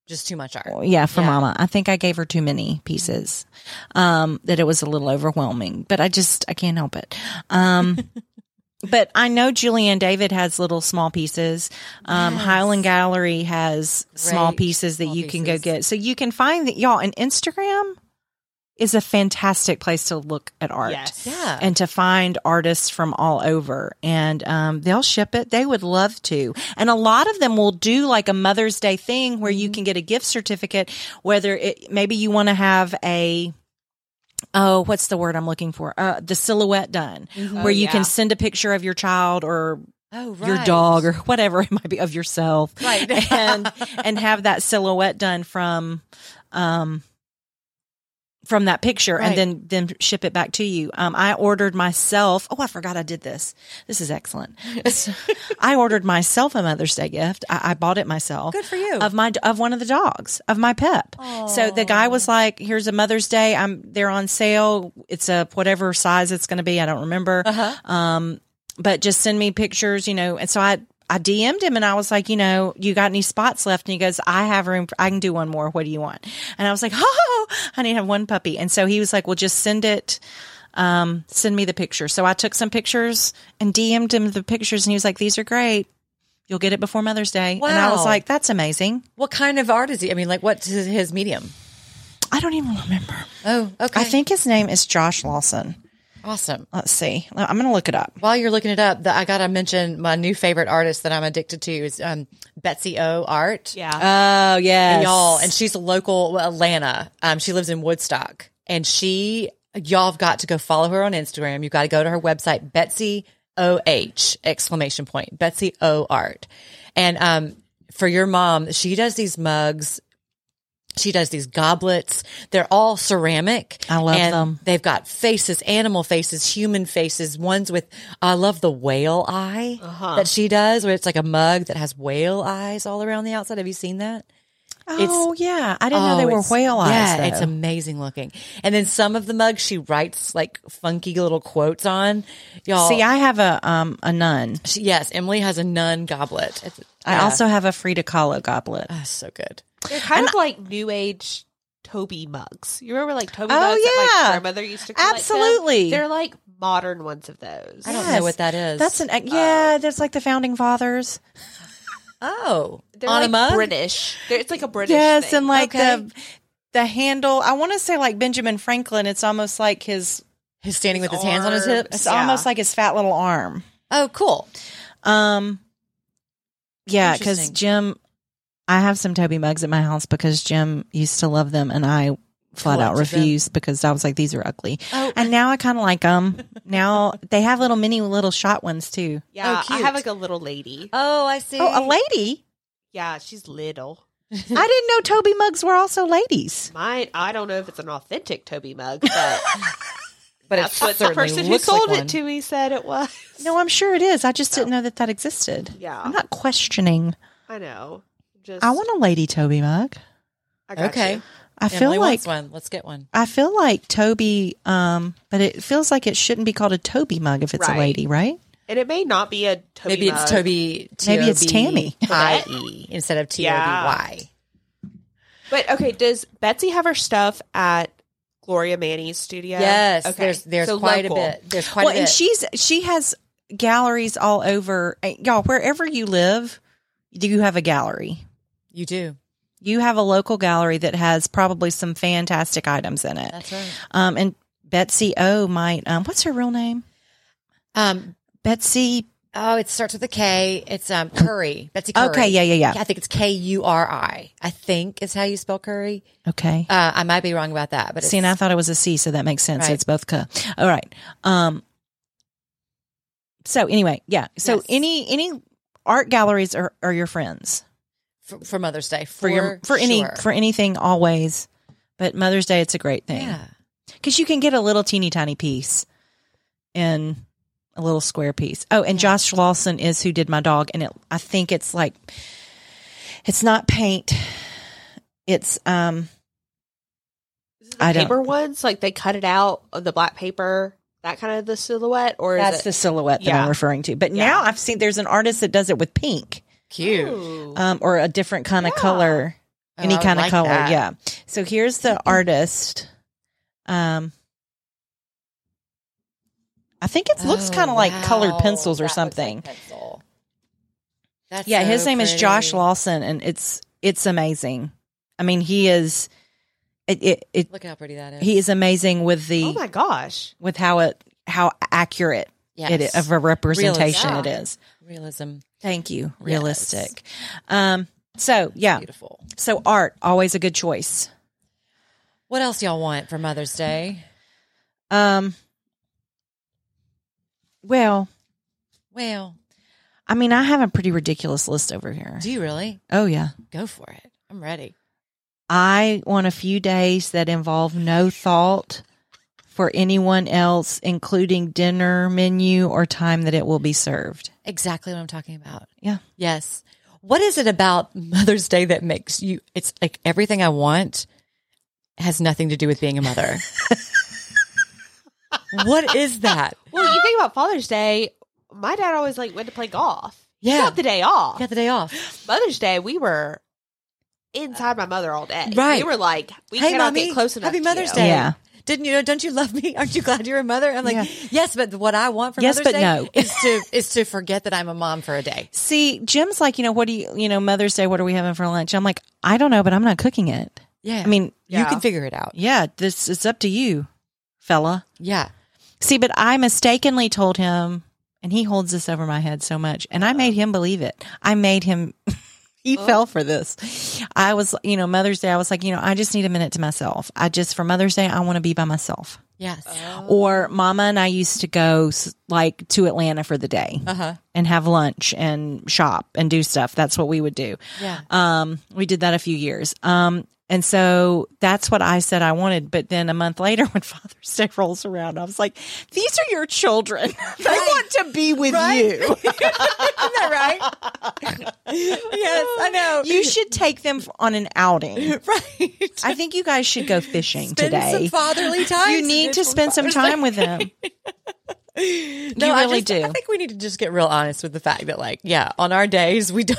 just too much art.
Yeah, for
Yeah.
Mama, I think I gave her too many pieces. Um, that it was a little overwhelming, but I just I can't help it. Um, but I know Julianne David has little small pieces. Um, Highland Gallery has small
Great
pieces that
small
you can go
pieces.
get. So you can find that, y'all. And Instagram is a fantastic place to look at art
Yes.
Yeah.
and to find artists from all over and um, they'll ship it they would love to and a lot of them will do like a mother's day thing where
Mm-hmm.
you can get a gift certificate whether it maybe you want to have a oh what's the word i'm looking for uh, the silhouette done where
Oh,
you
yeah.
can send a picture of your child or
oh, right.
your dog or whatever it might be of yourself
Right.
and and have that silhouette done from um from that picture
Right.
and then then ship it back to you um i ordered myself oh i forgot i did this this is excellent i ordered myself a mother's day gift i, I bought it myself
Good for you.
of my of one of the dogs of my pep so the guy was like here's a mother's day i'm they're on sale it's a whatever size it's going to be i don't remember
Uh-huh.
um but just send me pictures, you know. And so I I DM'd him and I was like, you know, you got any spots left? And he goes, I have room. For, I can do one more. What do you want? And I was like, oh, I need to have one puppy. And so he was like, well, just send it. Um, send me the picture. So I took some pictures and DM'd him the pictures, and he was like, these are great. You'll get it before Mother's Day. And I was
Wow.
like, that's amazing.
What kind of art is he? I mean, like, what's his, his medium?
I don't even remember.
Oh, okay.
I think his name is Josh Lawson.
awesome.
Let's see. I'm going to look it up.
While you're looking it up, the, I gotta mention my new favorite artist that I'm addicted to is um, Betsy O Art.
Yeah.
Oh, yeah.
y'all, and she's a local well, Atlanta. Um, she lives in Woodstock, and she y'all have got to go follow her on Instagram. You got to go to her website, Betsy O H exclamation point Betsy O Art, and um, for your mom, she does these mugs. She does these goblets. They're all ceramic.
I love
and
them.
They've got faces, animal faces, human faces. Ones with I love the whale eye
Uh-huh.
that she does, where it's like a mug that has whale eyes all around the outside. Have you seen that?
oh, yeah. I didn't know they were
Oh, it's-
whale eyes.
Yeah,
though.
it's amazing looking. And then some of the mugs she writes like funky little quotes on. Y'all,
See, I have a um a nun.
she- yes, Emily has a nun goblet. It's,
I
yeah.
also have a Frida Kahlo goblet.
Ah, so good.
They're kind of like new age Toby mugs. You remember like Toby
Oh,
mugs that
yeah.
my grandmother used to collect? them?
Absolutely.
They're like modern ones of those.
I don't
Yes.
know what that is.
That's an e, yeah. That's like the founding fathers.
oh
They're
on
like
a mug.
British. They're, it's like a British.
Yes,
thing.
and like
Okay.
the the handle. I want to say like Benjamin Franklin. It's almost like his.
He's standing with
His
his hands on his
arms.
hips.
It's
Yeah.
almost like his fat little arm.
Oh, cool.
Um, yeah, because
Interesting.
Jim, I have some Toby mugs at my house because Jim used to love them, and I flat out
Collected them.
refused because I was like, these are ugly.
Oh.
And now I kind of like them. Now they have little mini little shot ones too.
Yeah,
Oh,
I
cute.
have like a little lady.
Oh, I see.
Oh, a lady?
yeah, she's little.
I didn't know Toby mugs were also ladies.
Mine, I don't know if it's an authentic Toby mug, but
but
that's what the person who sold it to me said it was.
No, I'm sure it is. I just didn't know that that existed. I'm
Ah.
Yeah,
not questioning.
I know. Just
I want a lady Toby mug.
I got
Okay.
you.
I
I
feel like
one. Let's get one.
I feel like Toby, um, but it feels like it shouldn't be called a Toby mug if it's
Right.
a lady, right?
and it may not be a Toby.
Maybe it's
mug.
Toby.
Maybe it's Tammy.
I-E E instead of T O B Y.
But okay, does Betsy have her stuff at Gloria Manny's studio?
Yes,
Okay.
there's there's
So
quite
local.
a bit. There's quite
well,
a bit.
and she's she has galleries all over, Uh, y'all. Wherever you live, you have a gallery.
you do.
You have a local gallery that has probably some fantastic items in it.
right.
Um, and Betsy O might. Um, what's her real name?
Um.
Betsy.
Oh, it starts with a K. It's um Curry. Betsy Curry.
Okay, yeah, yeah, yeah.
I think it's K U R I. I think is how you spell Curry.
Okay.
Uh, I might be wrong about that, but
See, and I
it's,
thought it was a C, so that makes sense. So
Right.
it's both K. All right. Um. So anyway, yeah. So
Yes.
any any art galleries are, are your friends
for, for Mother's Day for,
for, your for any
sure.
for anything always. But Mother's Day, it's a great thing
yeah.
because you can get a little teeny tiny piece in a little square piece. Oh, and Josh Lawson is who did my dog, and it I think it's like it's not paint. It's um
Is it the
I don't-
paper ones like they cut it out of the black paper, that kind of the silhouette, or
that's
is
the silhouette that
Yeah.
I'm referring to. But
Yeah.
now I've seen there's an artist that does it with pink
it
Cute. uh,
Ooh.
um, or a different kind of
Yeah.
color,
Oh,
any
I would
kind of
like
color.
that. Mm-hmm.
Yeah. So here's the artist. Um, I think it looks
Oh,
kind of like colored
wow.
pencils
That
or
looks like
something.
pencil. That's
yeah,
so
his name is Josh
pretty.
Lawson, and it's it's amazing. I mean, he is it it, it
Look how pretty that is.
he is amazing with the
oh my gosh!
with how it how accurate
yes.
it is of a representation it
Realism.
is.
realism.
Thank you. Realistic. Um so yeah.
Beautiful.
So art always a good choice.
What else y'all want for Mother's Day?
Um well,
Well,
I mean, I have a pretty ridiculous list over here.
do you really
Oh yeah.
go for it? I'm ready.
I want a few days that involve no thought for anyone else, including dinner menu or time that it will be served.
Exactly what I'm talking about.
Yeah.
Yes. What is it about Mother's Day that makes you? It's like everything I want has nothing to do with being a mother. what is that?
Well, you think about Father's Day. My dad always like went to play golf. He
Yeah.
got the day off.
Got the day off.
Mother's Day, we were inside my mother all day.
Right.
we were like, we
Hey,
cannot
mommy,
get close enough.
happy
to
Mother's
you.
Day.
Yeah.
Didn't you know? Don't you love me? Aren't you glad you're a mother? I'm like,
Yeah.
yes, but what I want for
Yes,
Mother's
but
Day
no.
is to is to forget that I'm a mom for a day.
See, Jim's like, you know, what do you, you know, Mother's Day, what are we having for lunch? I'm like, I don't know, but I'm not cooking it.
Yeah,
I mean,
you
Yeah.
can figure it out.
yeah, this it's up to you, fella.
Yeah,
See, but I mistakenly told him, and he holds this over my head so much, and I made him believe it. I made him. He fell for this. I was, you know, Mother's Day. I was like, you know, I just need a minute to myself. I just for Mother's Day, I want to be by myself.
yes,
Or Mama and I used to go s- like to Atlanta for the day
uh huh,
and have lunch and shop and do stuff. That's what we would do.
yeah.
Um, we did that a few years. Um, and so that's what I said I wanted. But then a month later, when Father's Day rolls around, I was like, these are your children. They want to be with you.
Isn't that right? yes, I know.
You should take them on an outing.
right.
I think you guys should go fishing
Spend some
today.
fatherly time.
You need to spend some time with them.
You
really
I just-
do.
I think we need to just get real honest with the fact that, like, yeah, on our days we don't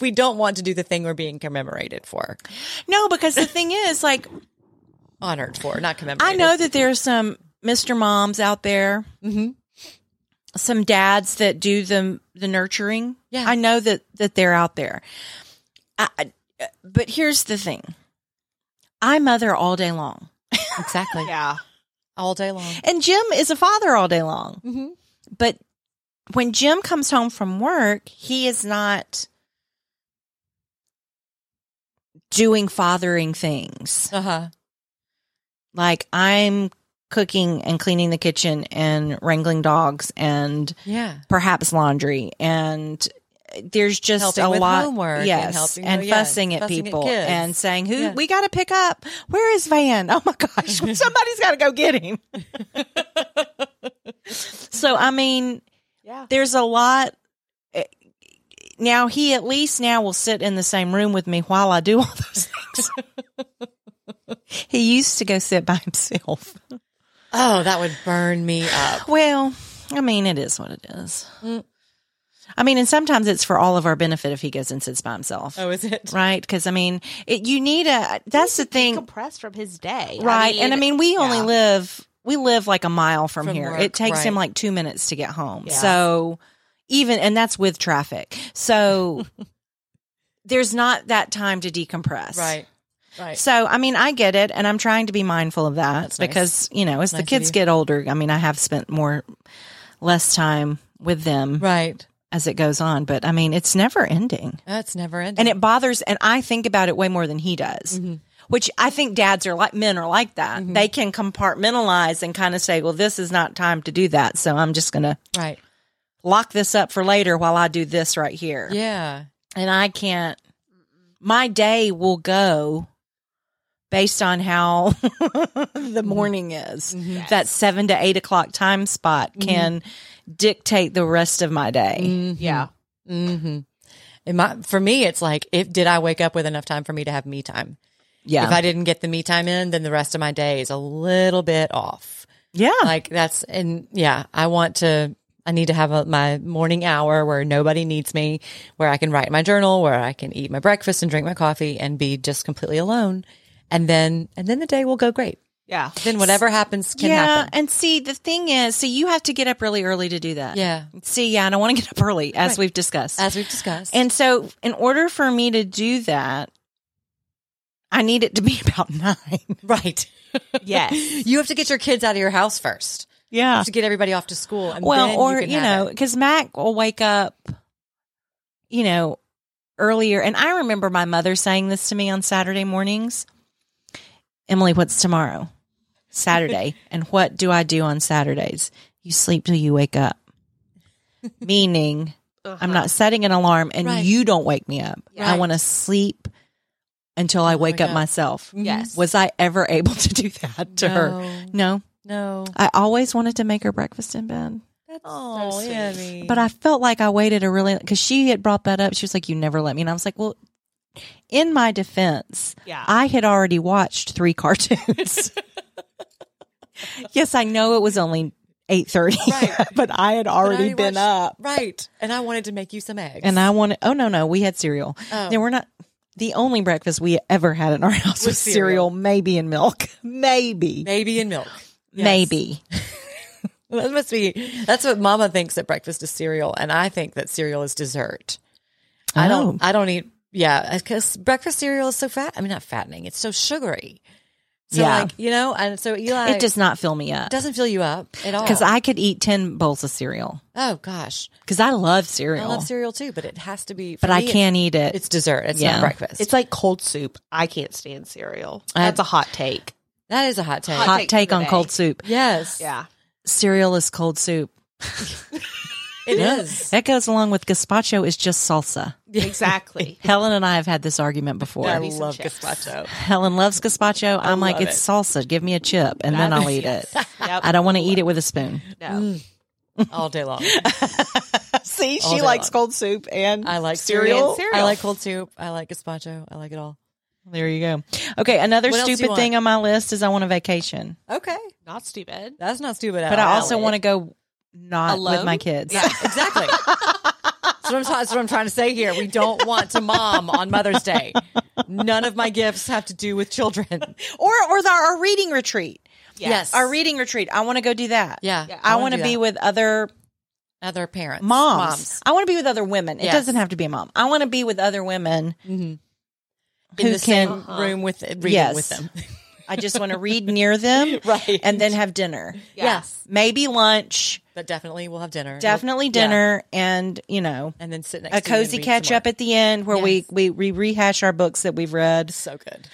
we don't want to do the thing we're being commemorated for,
No, because the thing is, like,
honored for, not commemorated.
I know that there's some Mr. Moms out there,
Mhm.
some dads that do the the nurturing.
Yeah.
I know that that they're out there. I, I- but here's the thing: I mother all day long,
exactly
Yeah,
all day long.
and Jim is a father all day long.
Mm-hmm.
But when Jim comes home from work, he is not doing fathering things. Uh-huh.
Uh huh.
Like I'm cooking and cleaning the kitchen and wrangling dogs and
Yeah.
perhaps laundry and there's just
Helping
a
with
lot
homework and
yes
helping-
and
yeah,
fussing at
fussing at
people
kids.
and saying who
Yeah.
we got to pick up where is van oh my gosh somebody's got to go get him so i mean
Yeah.
there's a lot eh, now he at least now will sit in the same room with me while i do all those things he used to go sit by himself
Oh, that would burn me up.
well, I mean, it is what it is. I mean, and sometimes it's for all of our benefit if he goes and sits by himself,
Oh, is it?
right? Because I mean, it, you need a. That's the thing,
Compressed from his day.
right? and I mean, we only
yeah.
live we live like a mile from,
From
here.
work,
it takes him
right.
like two minutes to get home.
Yeah.
So even and that's with traffic. So there's not that time to decompress,
Right. Right.
so, I mean, I get it, and I'm trying to be mindful of that
nice.
because you know, as
Nice
the
of
kids
you.
get older, I mean, I have spent more less time with them
right.
as it goes on, but I mean, it's never ending,
That's never ending.
and it bothers. And I think about it way more than he does.
Mm-hmm.
Which I think dads are like men are like that. They can compartmentalize and kind of say, "Well, this is not time to do that, so I'm just going to
right.
lock this up for later while I do this right here."
Yeah.
and I can't. My day will go based on how
Mm-hmm.
the morning is. That seven to eight o'clock time spot
Mm-hmm.
can dictate the rest of my day.
Yeah.
Mm-hmm. In my, for me, it's like, if did I wake up with enough time for me to have me time?
Yeah,
If I didn't get the me time in, then the rest of my day is a little bit off.
yeah,
Like that's and yeah, I want to. I need to have a, my morning hour where nobody needs me, where I can write my journal, where I can eat my breakfast and drink my coffee and be just completely alone. And then and then the day will go great.
Yeah.
Then whatever happens can
yeah.
happen.
And see, the thing is, so you have to get up really early to do that.
Yeah,
See, yeah, and I want to get up early, as
Right.
we've discussed.
as we've discussed.
and so, in order for me to do that, I need it to be about nine.
right,
Yes.
you have to get your kids out of your house first
Yeah.
to get everybody off to school. And
well
then
or
can
you,
have
know
it.
because mac will wake up you know earlier and i remember my mother saying this to me on saturday mornings emily what's tomorrow saturday and what do i do on saturdays you sleep till you wake up meaning i'm not setting an alarm and
Uh-huh. Right.
you don't wake me up i
Right. Oh
want to sleep until i wake
my
up
God.
myself
Yes.
was i ever able to do that to her
No.
no
No.
i always wanted to make her breakfast in bed
That's
Oh,
so sweet.
Annie.
but I felt like I waited a really because she had brought that up. She was like, "You never let me," and I was like, "Well." In my defense,
Yeah.
I had already watched three cartoons. yes, I know it was only eight thirty,
Right.
but I had already
already
been
watched-
up,
Right. And I wanted to make you some eggs.
and I wanted. Oh no, no, we had cereal.
Oh.
No, we're not. The only breakfast we ever had in our house was,
Was
cereal,
cereal.
maybe and milk, maybe,
Maybe in milk. Yes.
maybe.
That must be that's what mama thinks that breakfast is cereal and I think that cereal is dessert. I
Oh.
don't I don't eat yeah, cuz breakfast cereal is so fat. I mean not fattening, it's so sugary. So
Yeah.
like, you know, and so Eli
Oh. it does not fill me up
doesn't fill you up at all.
because I could eat ten bowls of cereal
Oh gosh.
because I love cereal.
I love cereal too, but it has to be for
but I
me,
can't eat it.
it's, it's dessert. It's
Yeah.
not breakfast.
It's like cold soup. I can't stand cereal.
I-
That's a hot take.
that is a hot take.
hot
take
take,
for the
on
day.
cold soup.
Yes.
Yeah.
Cereal is cold soup.
It is.
Yeah. That goes along with gazpacho is just salsa.
Exactly.
Helen and I have had this argument before.
Yeah,
I
me some
love
chips.
gazpacho.
Helen loves gazpacho. I'm like,
love
it's salsa. Give me a chip and then I'll eat it. I don't want to eat it with a spoon.
No.
all day long.
See,
All
she
day
likes
long.
cold soup and
I like
cereal.
cereal. I like cold soup. I like gazpacho. I like it all.
There you go. Okay, another
What else do you
stupid
want?
thing on my list is I want a vacation,
Okay,
Not stupid.
that's not stupid. At
but I
all.
also want to go not with
Alone?
my kids.
Yeah, exactly. that's, what I'm, that's what I'm trying to say here. We don't want to mom on Mother's Day. None of my gifts have to do with children.
Or or the, our reading retreat.
Yes.
Our reading retreat. I want to go do that.
Yeah,
I,
wanna
want to
do
be
that.
with other
other parents,
moms. I want to be with other women. It
Yes.
doesn't have to be a mom. I want to be with other women
in
who
the
can.
same room with reading
Yes.
with them.
I just want to read near them,
Right.
And then have dinner.
Yes.
Maybe lunch,
but definitely we'll have dinner.
definitely
We'll- yeah.
dinner, and you know,
and then sit next
a
to you and
cozy
read some
catch up
more.
at the end where we,
Yes.
we we rehash our books that we've read.
so good.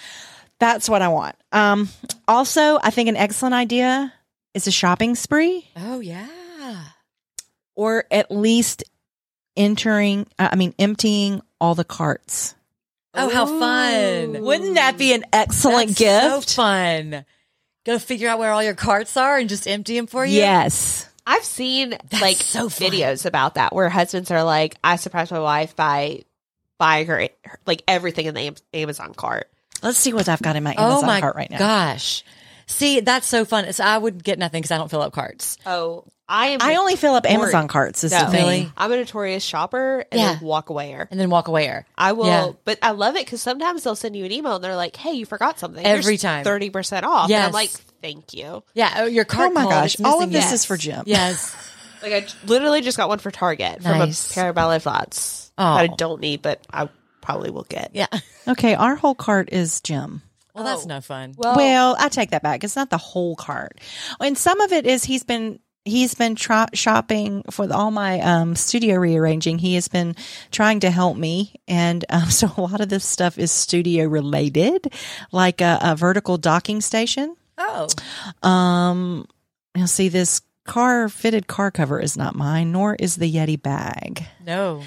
That's what I want. Um, also, I think an excellent idea is a shopping spree
Oh yeah.
or at least entering, uh, I mean, emptying all the carts.
Oh, how fun.
Wouldn't that be an excellent
That's
gift?
So fun. Go figure out where all your carts are and just empty them for you.
yes.
I've seen
That's
like
so fun.
videos about that where husbands are like, I surprised my wife by buying her like everything in the Am- Amazon cart.
Let's see what I've got in my
Oh
Amazon
my
cart right now.
gosh. See, that's so fun. So I would get nothing because I don't fill up carts.
Oh, I am.
I only fill up Amazon
Worried.
carts. Is
No.
the thing.
Really?
I'm a notorious shopper and
Yeah.
a walk awayer.
And then walk away. Or
I will,
Yeah.
but I love it because sometimes they'll send you an email and they're like, "Hey, you forgot something."
Every time.
thirty percent off. And
Yes.
I'm like, "Thank you."
Yeah, oh, your cart.
Oh my
call
gosh,
that's
all of
missing-
this
yes.
is for Jim.
Yes.
Like I j- literally just got one for Target from
Nice.
a pair of ballet flats
Oh.
that I don't need, but I probably will get.
Yeah.
Okay, our whole cart is Jim.
Well, that's no fun.
Oh. Well, I take that back. It's not the whole cart, and some of it is he's been he's been try- shopping for the, all my um, studio rearranging. He has been trying to help me, and um, so a lot of this stuff is studio related, like a, a vertical docking station.
oh.
Um, you'll see this car fitted car cover is not mine, nor is the Yeti bag.
No.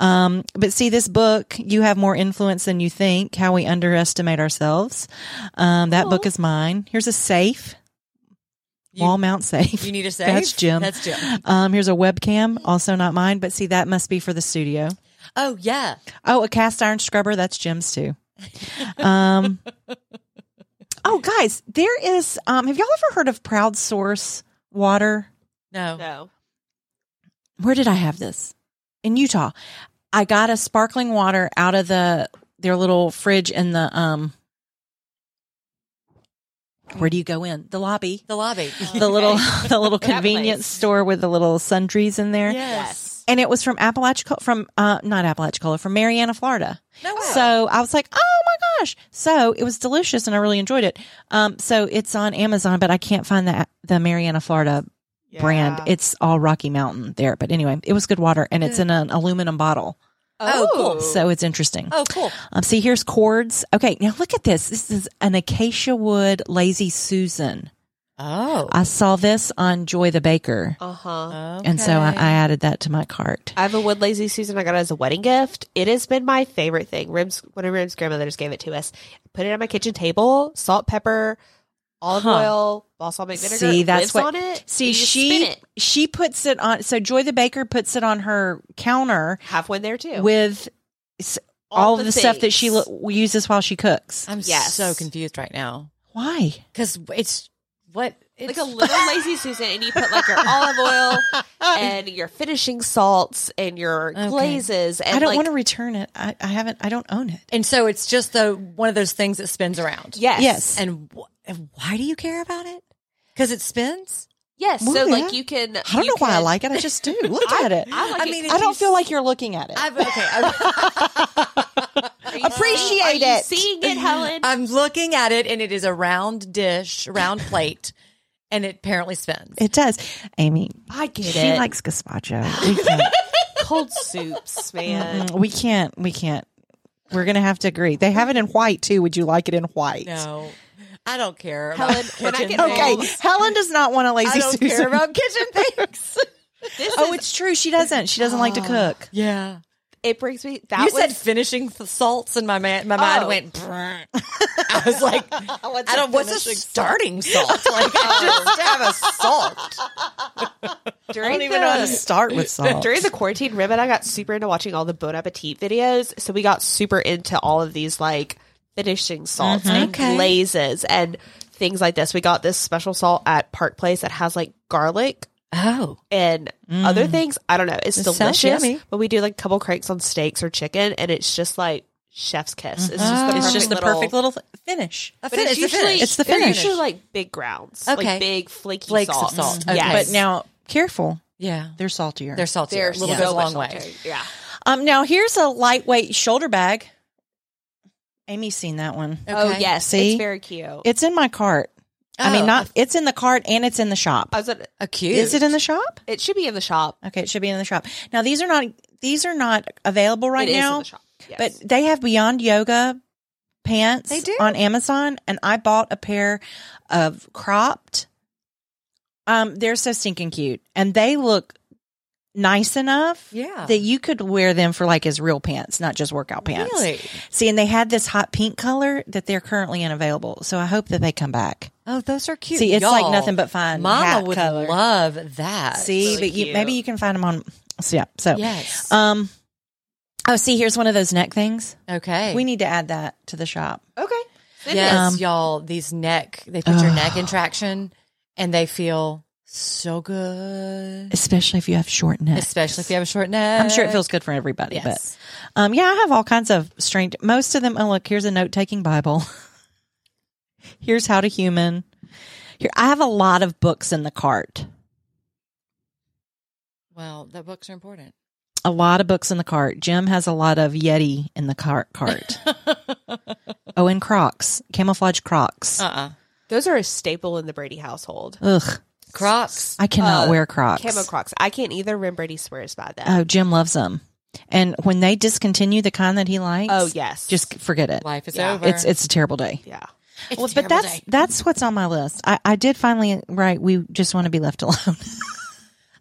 Um, but see, this book, You Have More Influence Than You Think How We Underestimate Ourselves. Um, that book is mine. Here's a safe,
Oh. You-
wall mount safe.
You need to say
That's Jim.
That's Jim.
um, here's a webcam, also not mine, but see, that must be for the studio.
Oh yeah.
Oh, a cast iron scrubber. That's Jim's too. Um, oh, guys, there is. Um, have y'all ever heard of Proud Source Water?
No.
no,
where did I have this? In Utah. I got a sparkling water out of the their little fridge in the um where do you go in? The lobby.
The lobby.
The little the little
That
convenience
place.
store with the little sundries in there.
yes.
And it was from Apalachicola from uh not Apalachicola, from Mariana, Florida.
No way.
So I was like, "Oh my gosh!" So it was delicious, and I really enjoyed it. Um, so it's on Amazon, but I can't find the the Mariana, Florida brand.
Yeah.
It's all Rocky Mountain there, but anyway, it was good water, and it's in an aluminum bottle,
Oh, cool.
so it's interesting.
oh cool.
Um, see, here's cords. Okay, now look at this. This is an acacia wood lazy Susan.
Oh.
I saw this on Joy the Baker,
Uh huh.
and so I, I added that to my cart.
I have a wood lazy Susan I got as a wedding gift. It has been my favorite thing. Rim's one of Rim's grandmothers gave it to us. Put it on my kitchen table, salt, pepper, olive
Huh.
oil, balsamic vinegar.
See,
It
that's
lives
what-
on it.
See,
You just
she
spin it.
she puts it on. So Joy the Baker puts it on her counter
have one there too.
with s- all, of the, stuff that she
things.
lo- uses while she cooks.
I'm
Yes.
so confused right now
Why?
because it's what it's,
like a little lazy Susan, and you put like your olive oil and your finishing salts and your
Okay.
glazes. And
I don't
like,
want to return it. I, I haven't. I don't own it.
and so it's just the one of those things that spins around.
Yes,
Yes.
And, wh- and why do you care about it? Because it spins.
yes.
Well,
so
yeah.
like you can.
I don't know why I like it. I just do. Look at it. I,
Oh I, like
I
it.
mean,
don't feel like you're looking at it.
I've okay. I'm,
Are you-
appreciate
are you
it.
Seeing it, Helen.
I'm looking at it, and it is a round dish, round plate, and it apparently spins.
it does. Amy,
I get
she
it.
likes gazpacho. We can't.
cold soups, man.
mm, we can't. We can't. We're gonna have to agree. They have it in white too. Would you like it in white?
No, I don't care.
Helen,
about
when I
kitchen
get
things.
Okay.
No.
Helen does not want a
I
lazy
don't
Susan.
care about kitchen things.
This Oh.
oh,
is,
it's true. She doesn't. She doesn't like to cook.
yeah,
it brings me. That
you
was,
said finishing the salts, and my man, my mind
Oh.
went. brrrr. I was like,
What's
I don't. What's a
finishing
starting salt? Like,
uh,
I just have a salt.
during
I don't even know how to
the-
start with salt.
During the quarantine, Rib and I got super into watching all the Bon Appetit videos, so we got super into all of these like finishing salts
Mm-hmm.
and
Okay.
glazes and things like this. We got this special salt at Park Place that has like garlic
Oh,
and
Mm.
other things. I don't know. It's
This sounds
delicious,
yummy.
but we do like a couple cranks on steaks or chicken, and it's just like chef's kiss.
Mhm.
It's just the
it's
perfect
just the
little,
perfect little th- finish.
a
But it's
finish. a
usually
finish.
It's the
they're
finish.
usually like big grounds,
Okay.
like big flaky
Flakes of
salts. Mm-hmm.
salt.
Yes.
Okay.
But now, careful.
yeah.
They're saltier.
They're salty.
they're
a little
so
goes a
much
long way.
saltier. Yeah.
Um, now here's a lightweight shoulder bag. Amy's seen that one.
Oh yes,
See?
it's very cute.
It's in my cart. I mean,
Oh,
not. It's in the cart and it's in the shop.
I was at,
a cute.
Is it in the shop?
it should be in the shop.
Okay, it should be in the shop. Now these are not. These are not available right
It is
now,
in the shop. Yes.
but they have Beyond Yoga pants
They do.
on Amazon, and I bought a pair of cropped. Um, they're so stinking cute, and they look nice enough
Yeah.
that you could wear them for like as real pants, not just workout pants.
Really?
See, and they had this hot pink color that they're currently unavailable, so I hope that they come back.
Oh, those are cute.
See, it's like
Y'all,
nothing but fine hat
Mama would
color.
love that.
See,
really
but you,
cute.
maybe you can find them on. So, yeah. So,
yes.
um, oh, see, here's one of those neck things.
okay.
We need to add that to the shop.
Okay. Send
yes,
it.
Um,
y'all. These neck. They put your neck in traction, and they feel so good,
especially if you have short necks.
especially if you have a short neck.
I'm sure it feels good for everybody,
Yes.
but um, yeah, I have all kinds of strange. Most of them. Oh, look, here's a note-taking Bible. here's how to human. Here, I have a lot of books in the cart.
Well, the books are important.
A lot of books in the cart. Jim has a lot of Yeti in the cart. Cart.
Uh-uh.
oh, and Crocs, camouflage Crocs.
Uh uh
Those are a staple in the Brady household.
Ugh,
Crocs.
I cannot
Uh,
wear Crocs.
Camo Crocs. I can't either. Rim Brady swears by that.
oh, Jim loves them, and when they discontinue the kind that he likes,
oh yes.
just forget it.
Life is
Yeah.
over.
It's it's a terrible day.
yeah.
It's
well,
a
but
terrible
that's
day.
that's what's on my list. I, I did finally write. We just want to be left alone.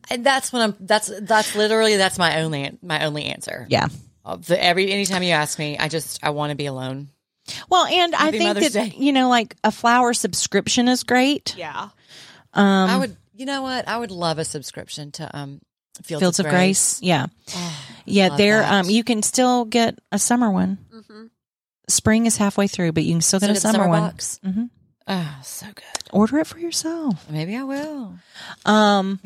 and that's when I'm. That's that's literally that's my only my only answer.
yeah.
Of the, every anytime you ask me, I just I want to be alone.
Well, and I
Happy
think
Mother's
that
Day.
you know, like a flower subscription is great.
Yeah.
Um,
I would. You know what? I would love a subscription to um Fields,
Fields of Grace. Yeah, yeah.
love
There,
that.
um, you can still get a summer one.
Mm-hmm.
Spring is halfway through, but you can still get a
Is it the
summer,
summer
one.
box?
Mhm.
Oh, so good.
Order it for yourself.
Maybe I will.
Um,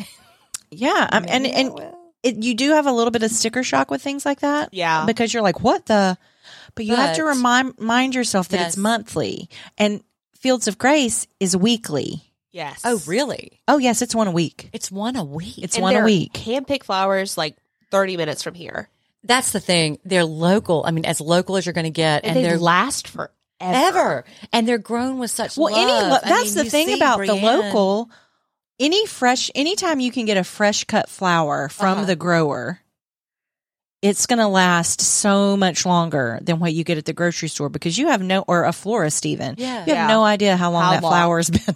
yeah, um, and
Maybe I
and
will.
it, you do have a little bit of sticker shock with things like that.
Yeah.
because you're like, what the? But you have to
But-
remind remind yourself that
Yes.
it's monthly, and Fields of Grace is weekly.
yes.
Oh, really?
Oh yes, it's one a week.
It's one a week.
It's
And
one a
they're
week.
Handpicked flowers like 30 minutes from here.
That's the thing. They're local. I mean, as local as you're going to get, and,
And, they
they're
last forever.
ever, and they're grown with such
Well,
love.
any lo-
I
that's
mean,
the
you
thing
see
about the
Brienne-
local. Any fresh, anytime you can get a fresh cut flower from
Uh-huh.
the grower, it's going to last so much longer than what you get at the grocery store because you have no, or a florist even.
Yeah.
you have
Yeah.
no idea how long
How
that
long.
flower's been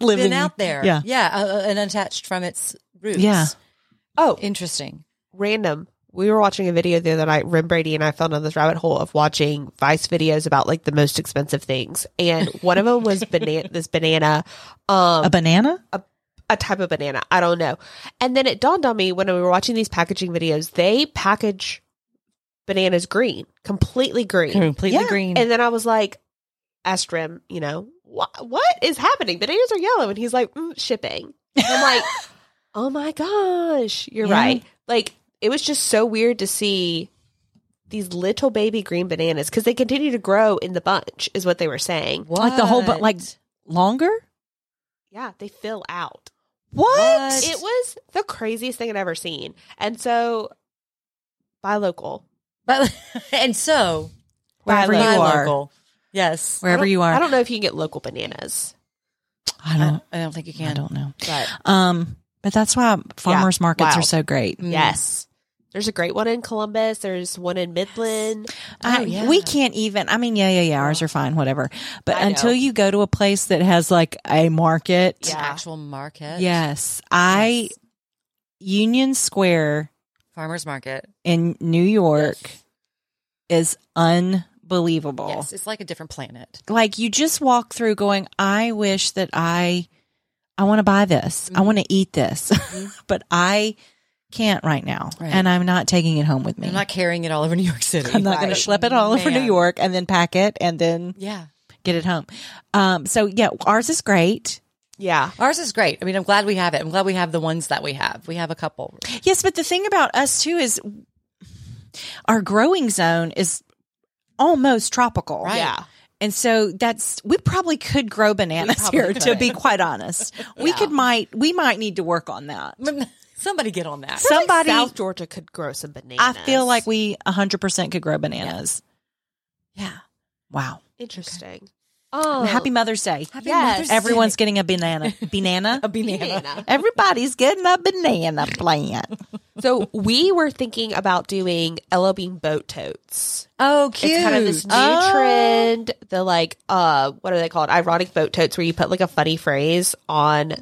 living
been out there.
Yeah,
yeah, uh, uh, and untouched from its roots.
Yeah.
Oh,
interesting.
random. We were watching a video the other night. Rim Brady and I fell down this rabbit hole of watching Vice videos about like the most expensive things, and one of them was banana. This banana, um,
a banana.
a type of banana. I don't know. And then it dawned on me when we were watching these packaging videos, they package bananas green, completely green.
Completely
Yeah.
green.
And then I was like, asked Rim, you know, "Wha- what is happening? Bananas are yellow. And he's like, mm, shipping. And I'm like, oh my gosh, you're
Yeah.
right. Like, it was just so weird to see these little baby green bananas because they continue to grow in the bunch, is what they were saying.
Like the whole, but like longer.
Yeah, they fill out.
What?
What?
It was the craziest thing I'd ever seen. And so, buy local.
but and so
Wherever
Buy
you
buy
local.
are,
local. Yes,
wherever you are.
I don't know if you can get local bananas.
I
I
don't.
don't, I don't think you
I
can.
don't know.
But
Um, but that's why farmers markets
Wow.
are so great.
mm,
Yes. There's a great one in Columbus. There's one in Midland.
I,
Oh, yeah.
We can't even. I mean, yeah, yeah, yeah. Ours are fine, whatever. But
I know.
until you go to a place that has like a market,
an
Yeah.
actual market.
yes, I
Yes.
Union Square
farmers market.
in New York is unbelievable.
Yes, it's like a different planet.
Like you just walk through, going, I wish that I, I want to buy this. I
Mhm.
want to eat this,
Mhm.
but I can't right now,
Right.
and I'm not taking it home with me.
I'm not carrying it all over New York City.
I'm not going to
Right.
schlep it all over New
Man.
York and then pack it and then
Yeah.
get it home. Um, so yeah, ours is great.
Yeah.
Ours is great. I mean, I'm glad we have it. I'm glad we have the ones that we have. We have a couple.
Yes, but the thing about us too is our growing zone is almost tropical.
Right.
Yeah.
And so that's we probably could grow bananas
probably
here to
could.
be quite honest. We could might we might need to work on that.
Somebody get on that.
Somebody
South Georgia could grow some bananas.
I feel like we 100% could grow bananas.
Yeah.
Wow.
Interesting. Oh,
Happy Mother's Day.
Yes.
Mother's Day.
Everyone's getting a banana. Banana?
a banana.
Banana.
Everybody's getting a banana plant.
So we were thinking about doing Ella Bean boat totes.
Oh, cute.
It's kind of this new
Oh.
trend. The like, uh, what are they called? Ironic boat totes, where you put like a funny phrase on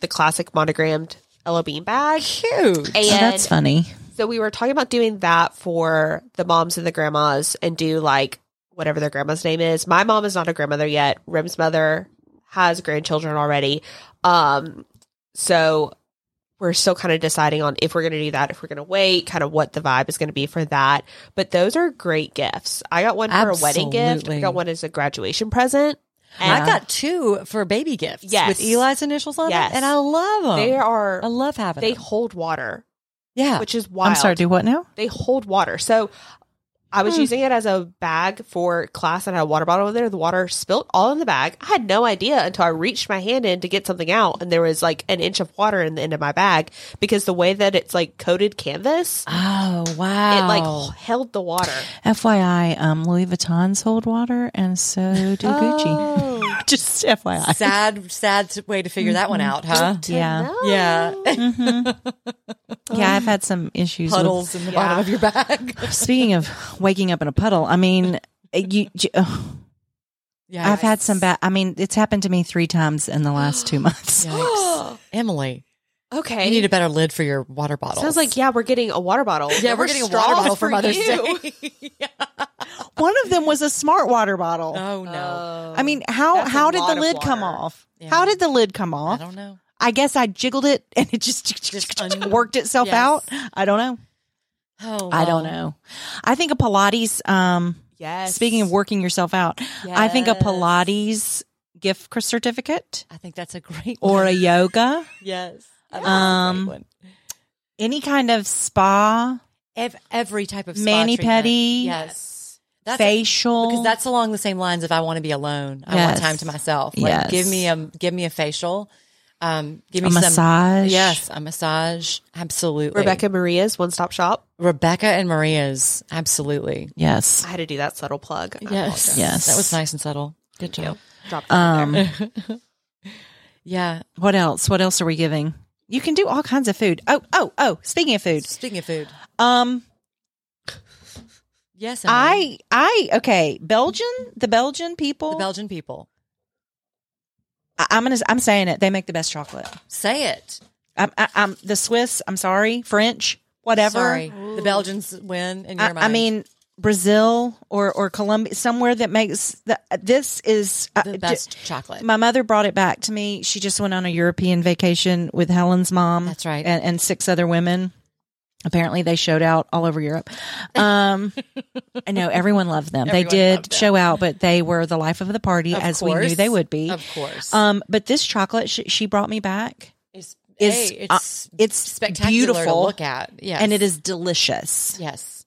the classic monogrammed Ella Bean bag.
cute.
And
Oh, that's funny.
so we were talking about doing that for the moms and the grandmas, and do like whatever their grandma's name is. My mom is not a grandmother yet. Rim's mother has grandchildren already. Um, so we're still kind of deciding on if we're going to do that, if we're going to wait, kind of what the vibe is going to be for that. But those are great gifts. I got one for a wedding gift. I
Absolutely.
got one as a graduation present.
I got two for baby gifts
Yes.
with Eli's initials on
Yes.
it, and I love them.
They
Oh, I
are
love having
they
them.
hold water,
Yeah,
which is wild.
I'm sorry, do what now?
they hold water. So I was
Hmm.
using it as a bag for class and I had a water bottle in there. The water spilt all in the bag. I had no idea until I reached my hand in to get something out and there was like an inch of water in the end of my bag because the way that it's like coated canvas,
Oh, wow.
it like held the water.
FYI, um, Louis Vuitton's hold water, and so do Gucci.
Oh,
Just FYI.
sad, sad way to figure that one
Mm-hmm.
out, huh?
to
Yeah. Mm-hmm.
know.
Yeah.
Yeah, I've had some issues. with-
Puddles in the bottom of your bag.
speaking of waking up in a puddle, I mean, you. you ugh.
Yeah,
I've had some bad. I mean, it's happened to me three times in the last two months.
Yikes. Emily,
okay.
you need a better lid for your water bottle.
Sounds like yeah, we're getting a water bottle.
yeah, we're getting a water
straws
bottle for Mother's
you.
Day.
One of them was a smart water bottle.
Oh no,
Oh.
I mean, how
That's a
how did
lot
the
of
lid come
water.
off?
Yeah.
How did the lid come
I
off?
don't know.
I guess I jiggled it and it just,
Just un-
worked itself
Yes.
out. I don't know.
Oh,
I don't
wow.
know. I think a Pilates. Um,
yes.
Speaking of working yourself out, I think a
Yes.
Pilates gift cr- certificate
I think that's a great
or
one.
a yoga,
yes. I think that's a great
Um,
one.
any kind of spa,
Ev- every type of spa
mani
treatment.
pedi,
Yes, that's
facial.
because that's along the same lines. If I want to be alone, I
Yes.
want time to myself. Like,
Yes.
give me a give me a facial. Um, give me
a
some
massage.
Yes, a massage. Absolutely,
Rebecca Maria's one stop shop.
Rebecca and Maria's. Absolutely.
Yes.
I had to do that subtle plug. I apologize.
Yes.
that was nice and subtle. Good job.
Drop that in there.
Um,
Yeah.
what else? What else are we giving? You can do all kinds of food. Oh, oh, oh, speaking of food.
Speaking of food,
Um
yes, Emily.
I I okay, Belgian, the Belgian people.
the Belgian people
I, I'm going to I'm saying it. They make the best chocolate.
say it.
I'm I, I'm the Swiss, I'm sorry, French, whatever.
Sorry, the Belgians win in your
I,
mind.
I mean Brazil or or Colombia, somewhere that makes the, this is uh,
the
d-
best chocolate.
my mother brought it back to me. She just went on a European vacation with Helen's mom.
That's right.
And, and six other women. Apparently, they showed out all over Europe. Um, I know everyone loved them.
Everyone
they
loved
did
them.
show out, but they were the life of the party,
Of
as we
course.
knew they would be.
Of course.
Um, but this chocolate sh- she brought me back
it's,
is
hey,
uh,
it's
it's
spectacular to
beautiful
look at. Yes.
and it is delicious.
Yes.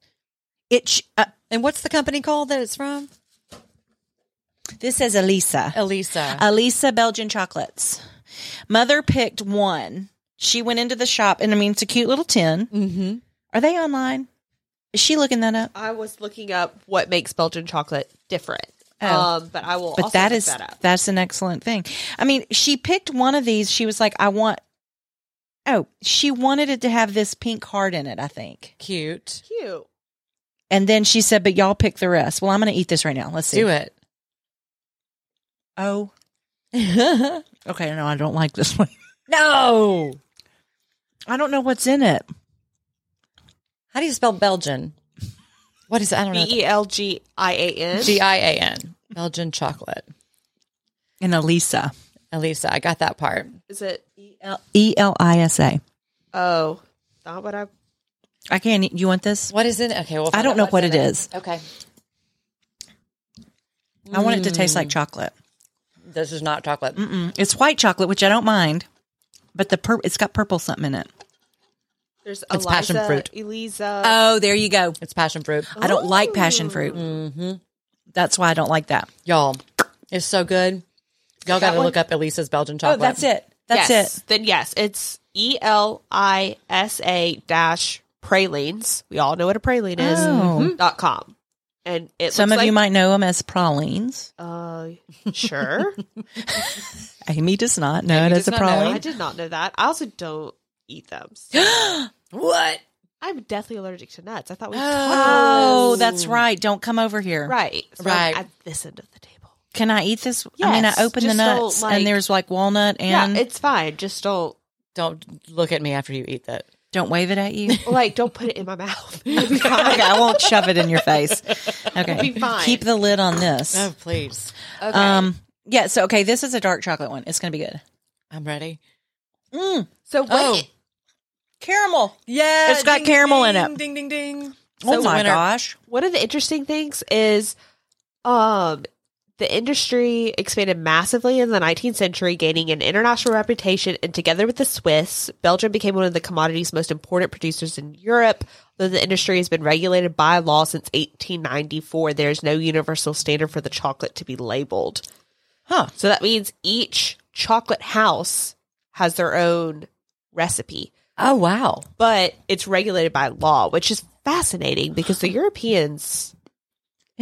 It sh- uh,
And what's the company called that it's from?
this is Elisa.
Elisa.
Elisa Belgian chocolates. Mother picked one. She went into the shop, and I mean, it's a cute little tin.
mm-hmm.
Are they online? Is she looking that up?
I was looking up what makes Belgian chocolate different.
Oh.
Um, but I will.
But
also
that
look
is
that up.
that's an excellent thing. I mean, she picked one of these. She was like, "I want." Oh, she wanted it to have this pink heart in it, I think.
Cute.
cute.
And then she said, "But y'all pick the rest." Well, I'm going to eat this right now. Let's see.
Do it.
Oh, okay. No, I don't like this one.
no.
I don't know what's in it.
How do you spell Belgian? What is it? I don't
B
know.
e l g i a n.
G I A N. Belgian chocolate.
And Elisa,
Elisa, I got that part.
Is it? E L.
E L I S A.
Oh, not what I.
I can't. eat- You want this?
What is it? Okay, well,
I don't know what it is.
Okay,
I want it to taste like chocolate.
this is not chocolate.
Mm-mm. It's white chocolate, which I don't mind, but the pur- it's got purple something in it.
There's
It's
Eliza,
passion fruit.
Elisa.
Oh, there you go.
It's passion fruit,
I don't like passion fruit.
Mm-hmm.
That's why I don't like that.
y'all. It's so good. Y'all got to
one?
look up Elisa's Belgian chocolate.
it.
Oh, yes. Then yes, it's E L I S A dash pralines. We all know what a praline is. Mm-hmm.
Oh.
Dot com. and it
Some
looks
of you
like-
might know them as pralines.
Uh, sure.
Amy does not know
Amy
it as
does
a
not know.
I
praline.
did not know that. I also don't eat them.
What?
I'm deathly allergic to nuts. I thought we
Oh,
talked about
that's right. Don't come over here.
this. right. So
Right.
I'm at this end of the table.
Can I eat this? I mean, I
Yes,
opened the
just don't,
nuts
like-
and there's like walnut and
yeah, it's fine. Just don't
Don't look at me after you eat that.
don't wave it at you.
like don't put it in my mouth. It'll be
okay,
fine.
I won't shove it in your face. Okay,
It'll be fine.
keep the lid on this.
Oh, please.
Okay.
Um, yeah. So okay, this is a dark chocolate one. It's gonna be good.
I'm ready.
Mm,
so wait,
oh.
caramel.
Yeah.
It's got caramel in it.
Ding, ding, ding.
oh
So
my
winner.
gosh.
one of the interesting things is um the industry expanded massively in the 19th century, gaining an international reputation, and together with the Swiss, Belgium became one of the commodity's most important producers in Europe. Though the industry has been regulated by law since 1894, there is no universal standard for the chocolate to be labeled.
Huh.
So that means each chocolate house has their own recipe
Oh, wow.
but it's regulated by law, which is fascinating because the Europeans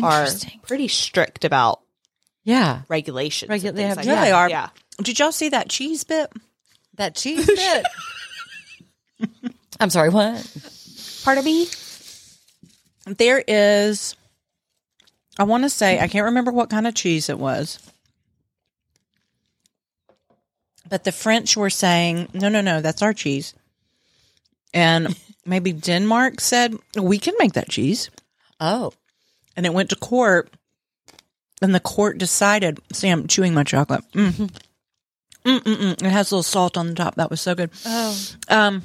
are
Interesting.
pretty strict about
Yeah.
regulations.
Regu-
and
they
things
have-
like
Yeah,
that.
they are.
Yeah,
Did y'all see that cheese bit?
That cheese bit. I'm sorry, what?
part of me.
There is. I want to say I can't remember what kind of cheese it was. But the French were saying, "No, no, no, that's our cheese." And maybe Denmark said, "We can make that cheese."
Oh.
and it went to court and the court decided see i'm chewing my chocolate mm. Mm-mm-mm. it has a little salt on the top that was so good
Oh.
um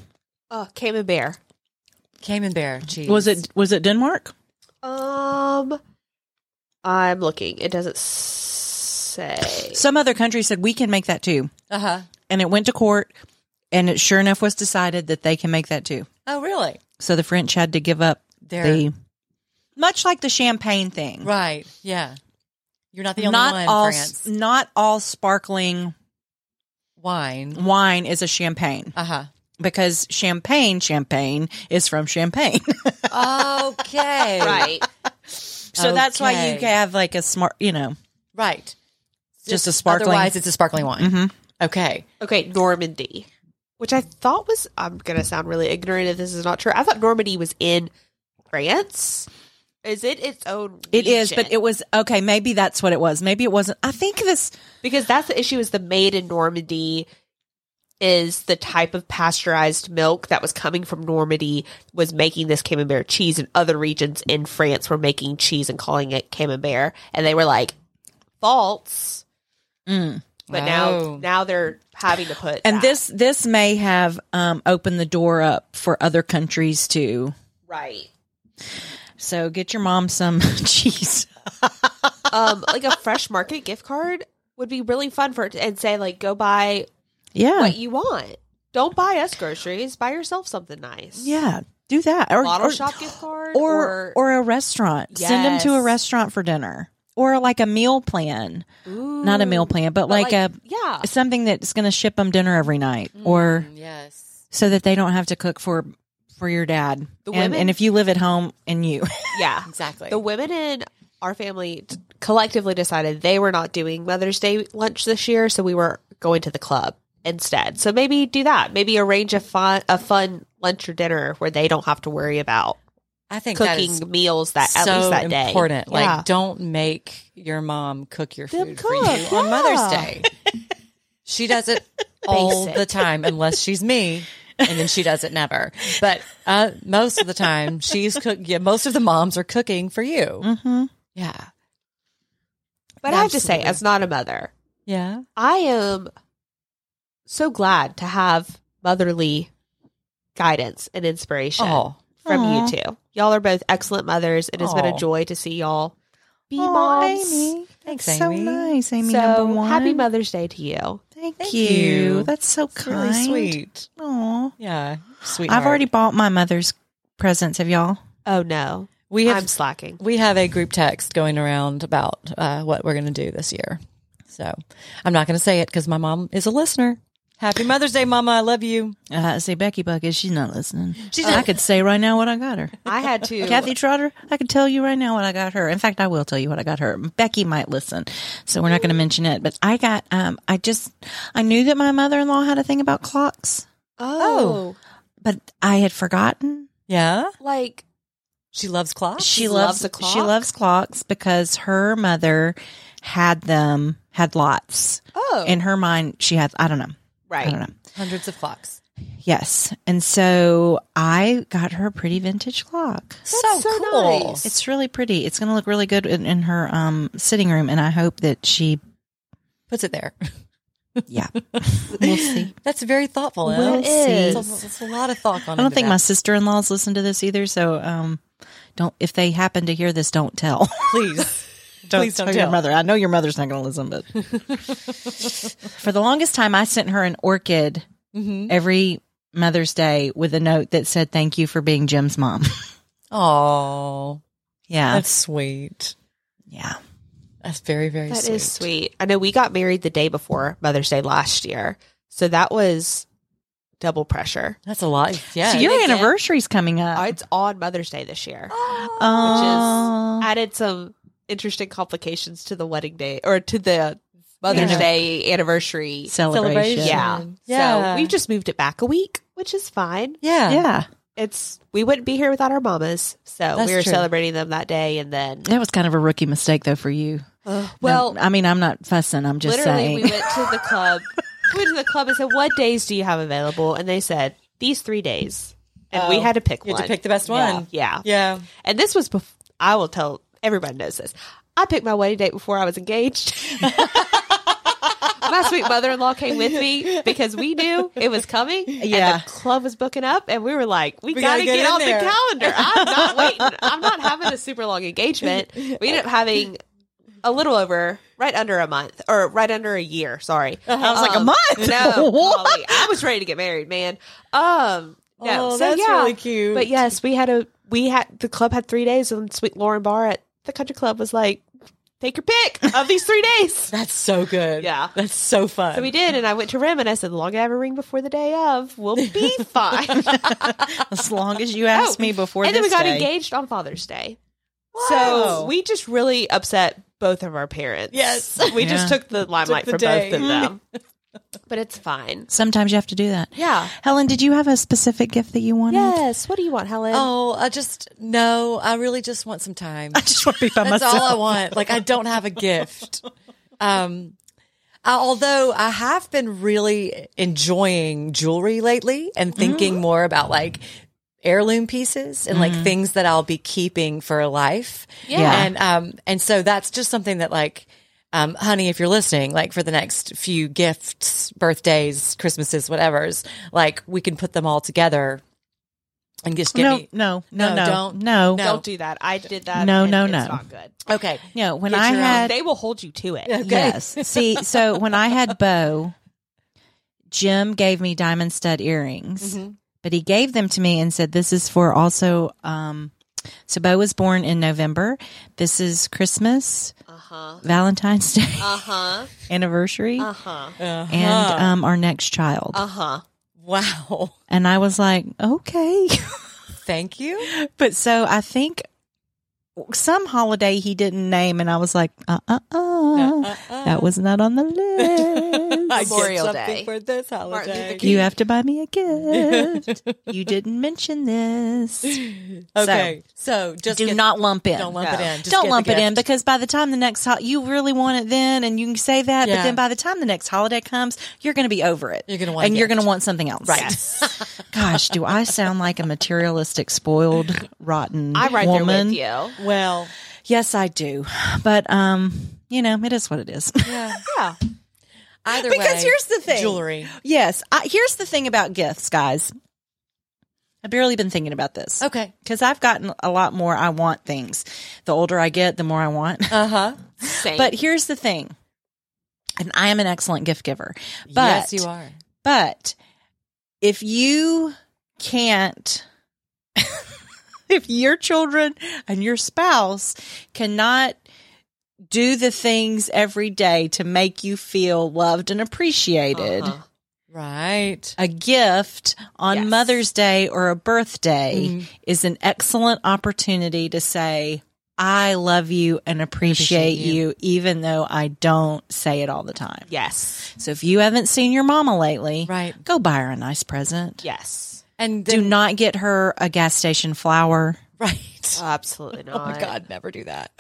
Oh, camembert.
Cayman bear cheese.
was it was it denmark
Um, I'm looking. It doesn't say.
some other country said we can make that too
Uh huh.
and it went to court and it sure enough was decided that they can make that too
Oh, really?
so the french had to give up
There.
the much like the champagne thing
Right. Yeah. You're not the only
not
one. in
all
France.
not all sparkling
Wine.
wine is a champagne
Uh huh.
because champagne champagne is from champagne
Okay.
Right.
So that's why you
Okay.
have like a smart, you know,
Right.
Just a sparkling-
Otherwise, it's a sparkling wine.
Mhm.
Okay.
Okay, Normandy, which I thought was. I'm gonna sound really ignorant if this is not true. I thought Normandy was in France. Is it its own?
it is,
region?
but it was okay. Maybe that's what it was. Maybe it wasn't. I think this,
because that's the issue is the made in normandy is the type of pasteurized milk that was coming from normandy was making this camembert cheese and other regions in france were making cheese and calling it camembert and they were like false but now
Oh.
now they're having to put
Mm. and
that.
this, this may have um, opened the door up for other countries too.
right
So get your mom some cheese.
um like a fresh market gift card would be really fun for it to- and say like go buy
Yeah,
what you want don't buy us groceries buy yourself something nice
yeah, do that, or
bottle
or,
shop gift card
or or a restaurant. Send them to a
Yes.
restaurant for dinner, or like a meal plan. Not a meal plan, but, like, a
yeah
something that's going to ship them dinner every night, or
Mm. Yes.
so that they don't have to cook for for your dad.
The
and,
women-
and if you live at home and you,
yeah
Exactly.
the women in our family t- collectively decided they were not doing mother's day lunch this year so we were going to the club instead so maybe do that maybe arrange a fun a fun lunch or dinner where they don't have to worry about
I think that
cooking
is
meals that
so
at least that day
important. Like,
Yeah.
don't make your mom cook your
Them
food for you
cook,
on Mother's
yeah.
Day. she does it all
Basic.
the time, unless she's me, and then she does it never. But uh, most of the time, she's cook. Yeah, most of the moms are cooking for you.
mm-hmm.
Yeah.
but i have to say
Absolutely.
as not a mother
Yeah.
i am so glad to have motherly guidance and inspiration
Oh.
from
Aw.
you two y'all are both excellent mothers it has been
Aw.
a joy to see y'all be moms
Thanks,
That's so
Amy.
nice, Amy.
so
number one.
happy Mother's Day to you.
Thank,
Thank
you.
you.
That's so
It's
kind.
Really sweet.
Aw.
Yeah. Sweet.
I've already bought my mother's presents. Have y'all?
Oh no,
We have
I'm slacking.
we have a group text going around about uh, what we're going to do this year. So I'm not going to say it because my mom is a listener. Happy Mother's Day, Mama. I love you.
Uh, say Becky Bucket, she's not listening.
She's
I
not-
could say right now what I got her.
I had to.
Kathy Trotter, I could tell you right now what I got her. In fact, I will tell you what I got her. Becky might listen, so we're not going to mention it. But I got, um, I just, I knew that my mother in law had a thing about clocks,
oh,
but I had forgotten.
Yeah.
like
She loves clocks.
She
loves
loves,
a clock?
she loves clocks because her mother had them, had lots
oh,
in her mind. She had, I don't know, I
right.
don't know.
Hundreds of clocks.
Yes, and so I got her a pretty vintage clock.
So,
so
cool.
nice.
It's really pretty. It's going to look really good in, in her um, sitting room, and I hope that she,
Puts it there.
yeah, we'll see.
That's very thoughtful.
We'll
It
see.
is. It's a, it's a lot of thought on
I don't think my sister in laws listen to this either, so um, don't. If they happen to hear this, don't tell.
Please.
don't
Please don't
tell your
tell.
mother. I know your mother's not going to listen, but for the longest time, I sent her an orchid
mm-hmm.
every Mother's Day with a note that said, "Thank you for being Jim's mom."
Oh,
yeah,
that's sweet.
yeah.
That's very, very
That is
sweet.
sweet. I know we got married the day before Mother's Day last year, so that was double pressure.
That's a lot. Yeah.
so your
it did.
anniversary's coming up.
Uh, It's on Mother's Day this year.
Um,
Oh.
Added some interesting complications to the wedding day or to the Mother's
Yeah.
Day anniversary.
celebration.
celebration.
yeah.
Yeah.
So we just moved it back a week, which is fine.
Yeah.
Yeah.
It's we wouldn't be here without our mamas. So
That's
we were
true.
celebrating them that day and then
That was kind of a rookie mistake though for you.
well
I mean, I'm not fussing. I'm just
literally
saying.
we went to the club. we went to the club and said, What days do you have available? And they said, These three days. And we
Oh,
had to pick
You
one.
have to pick the best
Yeah.
one.
Yeah.
Yeah.
And this was before, I will tell everybody knows this. I picked my wedding date before I was engaged. my sweet mother in law came with me because we knew it was coming.
Yeah.
And the club was booking up, and we were like, we,
We
got
gotta
to
get in
get, on
there.
the calendar. I'm not waiting. I'm not having a super long engagement. We ended up having a little over, right under a month, or right under a year. Sorry. Um,
I was like, a month?
No.
What?
Molly, I was ready to get married, man. Um, no.
Oh,
so,
that's
yeah.
really cute.
But yes, we had a we had the club had three days, and Sweet Lauren Barr at the country club was like, "Take your pick of these three days."
That's so good.
Yeah.
That's so fun.
So we did, and I went to Rim and I said, "The longer I have a ring before the day of, we'll be fine."
as long as you ask
Oh,
me before
and then we
this
got
day.
engaged on Father's Day.
Wow.
So we just really upset both of our parents.
Yes.
we just
Yeah.
took the limelight
the
for
day.
both of them. but it's fine.
Sometimes you have to do that.
Yeah.
Helen, did you have a specific gift that you wanted?
Yes. What do you want, Helen?
Oh, I just no. I really just want some time.
I just want to be by
That's
myself.
all I want. Like I don't have a gift. Um, I, although I have been really enjoying jewelry lately and thinking
Mm.
more about like heirloom pieces and like things that I'll be keeping for life.
Mm-hmm. Yeah.
And um and so that's just something that like um honey if you're listening like for the next few gifts, birthdays, Christmases, whatever's, like we can put them all together and just get
no,
me
no, no,
No,
no,
don't.
no,
No.
Don't do that. I did that.
No,
and
no,
it's
no.
Not good.
Okay.
No, When
Get
I
your own
had
they will hold you to it.
yes, see, so when I had Bo, Jim gave me diamond stud earrings,
Mm-hmm.
but he gave them to me and said, "This is for also." Um, so Bo was born in November. This is Christmas,
Uh huh.
Valentine's Day,
Uh huh.
anniversary,
Uh huh.
Uh-huh. Uh-huh.
and um, our next child.
Uh huh.
wow.
And I was like, okay.
Thank you.
but so I think some holiday he didn't name, and I was like, uh uh uh. That was not on the list.
I
Memorial
get something
Day.
for this
Martin Luther
holiday.
King.
you have to buy me a gift. you didn't mention this.
okay, so, just
Do
get-
not lump in.
don't lump it in. Just
Don't
get the
lump it in
gift.
because by the time the next ho- you really want it then, and you can say that. But
Yeah.
then by the time the next holiday comes, you're going to be over it.
You're gonna want a
and you're
gift.
going to want something else. Right. Gosh, do I sound like a materialistic, spoiled, rotten
I'm right
woman?
there with you.
well,
Yes, I do. But um, you know, it is what it is.
yeah.
Yeah.
Either way,
Because here's the thing.
jewelry.
yes, I, here's the thing about gifts, guys. I've barely been thinking about this.
Okay.
Because I've gotten a lot more I want things. The older I get, the more I want.
Uh huh.
Same.
But here's the thing. And I am an excellent gift giver. But
Yes, you are.
but if you can't, if your children and your spouse cannot do the things every day to make you feel loved and appreciated,
Uh-huh.
Right.
a gift on
Yes.
Mother's Day or a birthday is an excellent opportunity to say, I love you and appreciate,
Appreciate you.
you, even though I don't say it all the time.
Yes.
So if you haven't seen your mama lately,
Right.
go buy her a nice present.
Yes.
And
Do
then,
not get her a gas station flower.
right.
Absolutely not.
oh my God, never do that.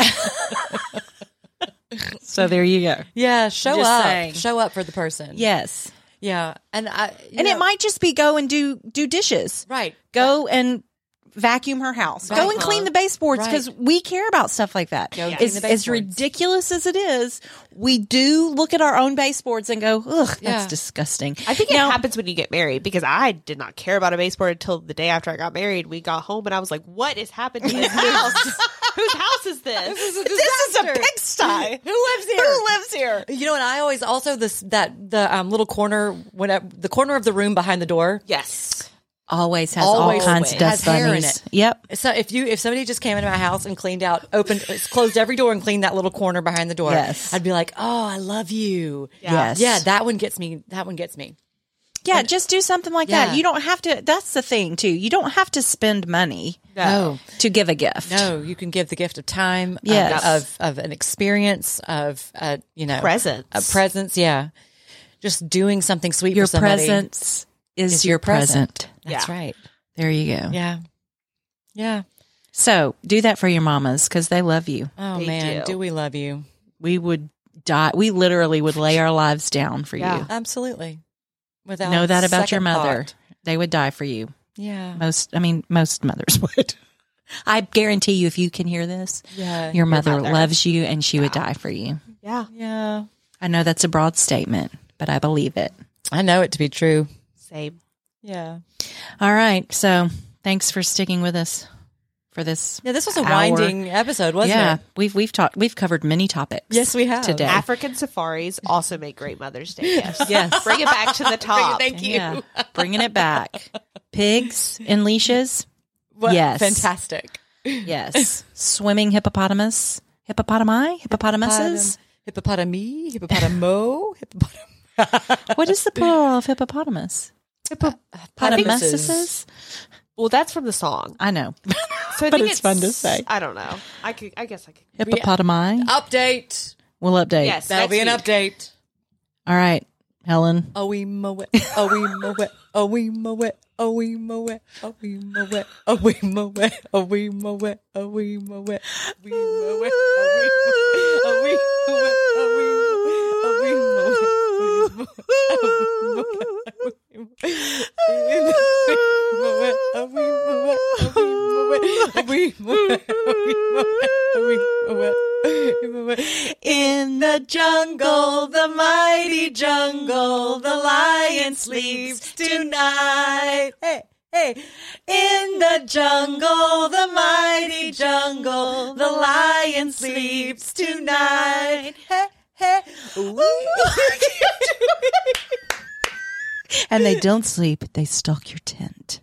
So there you go.
yeah. Show
Just
up.
saying.
Show up for the person.
Yes.
Yeah. And I, you
And
know-
it might just be go and do do dishes.
right.
Go and vacuum her house. Go
Right.
and clean the baseboards
Right.
because we care about stuff like that.
Go clean
As,
the
as
baseboards.
ridiculous as it is, we do look at our own baseboards and go, ugh, that's
Yeah.
disgusting.
I think it
Now-
happens when you get married because I did not care about a baseboard until the day after I got married. We got home and I was like, "What is happening in this house? Whose house is this?
this is a
disaster.
pigsty.
Who lives here?
Who lives here?
You know, and I always also this that the um, little corner when I- the corner of the room behind the door.
yes,
Always has
Always
all kinds of
has
dust
hair in
bunnies.
it.
Yep.
So if you if somebody just came into my house and cleaned out, opened, closed every door and cleaned that little corner behind the door,
Yes.
I'd be like, oh, I love you.
Yes.
yeah, that one gets me. That one gets me.
Yeah, just do something like
Yeah.
that. You don't have to. That's the thing too. You don't have to spend money
Oh.
No.
to give a gift.
No, you can give the gift of time, of-
Yes.
of, of an experience, of uh, you know,
Presence.
a presence. Yeah, just doing something sweet
Your
for somebody.
presence is,
is
your
your present.
present.
That's
Yeah.
right.
There you go.
Yeah, yeah.
So do that for your mamas because they love you.
Oh
They
man,
do.
do. we love you?
We would die. We literally would lay our lives down for
Yeah.
you.
Absolutely. Without
know that about your
second
mother.
thought.
They would die for you.
Yeah.
Most, I mean, most mothers would. I guarantee you, if you can hear this,
Yeah.
your mother,
mother.
loves you and she would die for you.
yeah.
yeah.
I know that's a broad statement, but I believe it.
I know it to be true.
Same.
Yeah.
All right. So thanks for sticking with us for this.
Yeah, this was a
hour.
winding episode, wasn't
yeah,
it?
we've we've talked we've covered many topics.
Yes, we have.
today.
African safaris also make great Mother's Day gifts.
Yes.
Bring it back to the top.
Thank you.
Yeah, bringing it back. Pigs in leashes.
What-
Yes.
Fantastic.
Yes. Swimming hippopotamus. Hippopotami? Hippopotamuses?
Hippopotami, hippopotamo, hippopotam.
What is the plural of hippopotamus? Hippopotamuses?
Well, that's from the song.
I know.
So I
But
think
it's fun to say.
I don't know. I could. I guess I could.
Hippopotami.
Update.
We'll update.
Yes,
That'll
next
be an
week.
update.
All right, Helen.
Oh, we mow it. Oh, we mow it. Oh, we mow it. Oh, we mow it. Oh, we mow it. Oh, we mow it. Oh, we mow it. Oh, we mow it. We mow it. Oh, we mow it. Oh, we mow it. Oh, we mow it. Oh, we mow it. Oh, we mow it. Oh, we mow it. Oh, we mow it. Oh, we mow it.
In the jungle, the mighty jungle,
the lion sleeps
tonight.
Hey, hey.
In the jungle, the mighty jungle, the lion sleeps tonight.
Hey, hey. Oh.
and they don't sleep, they stalk your tent.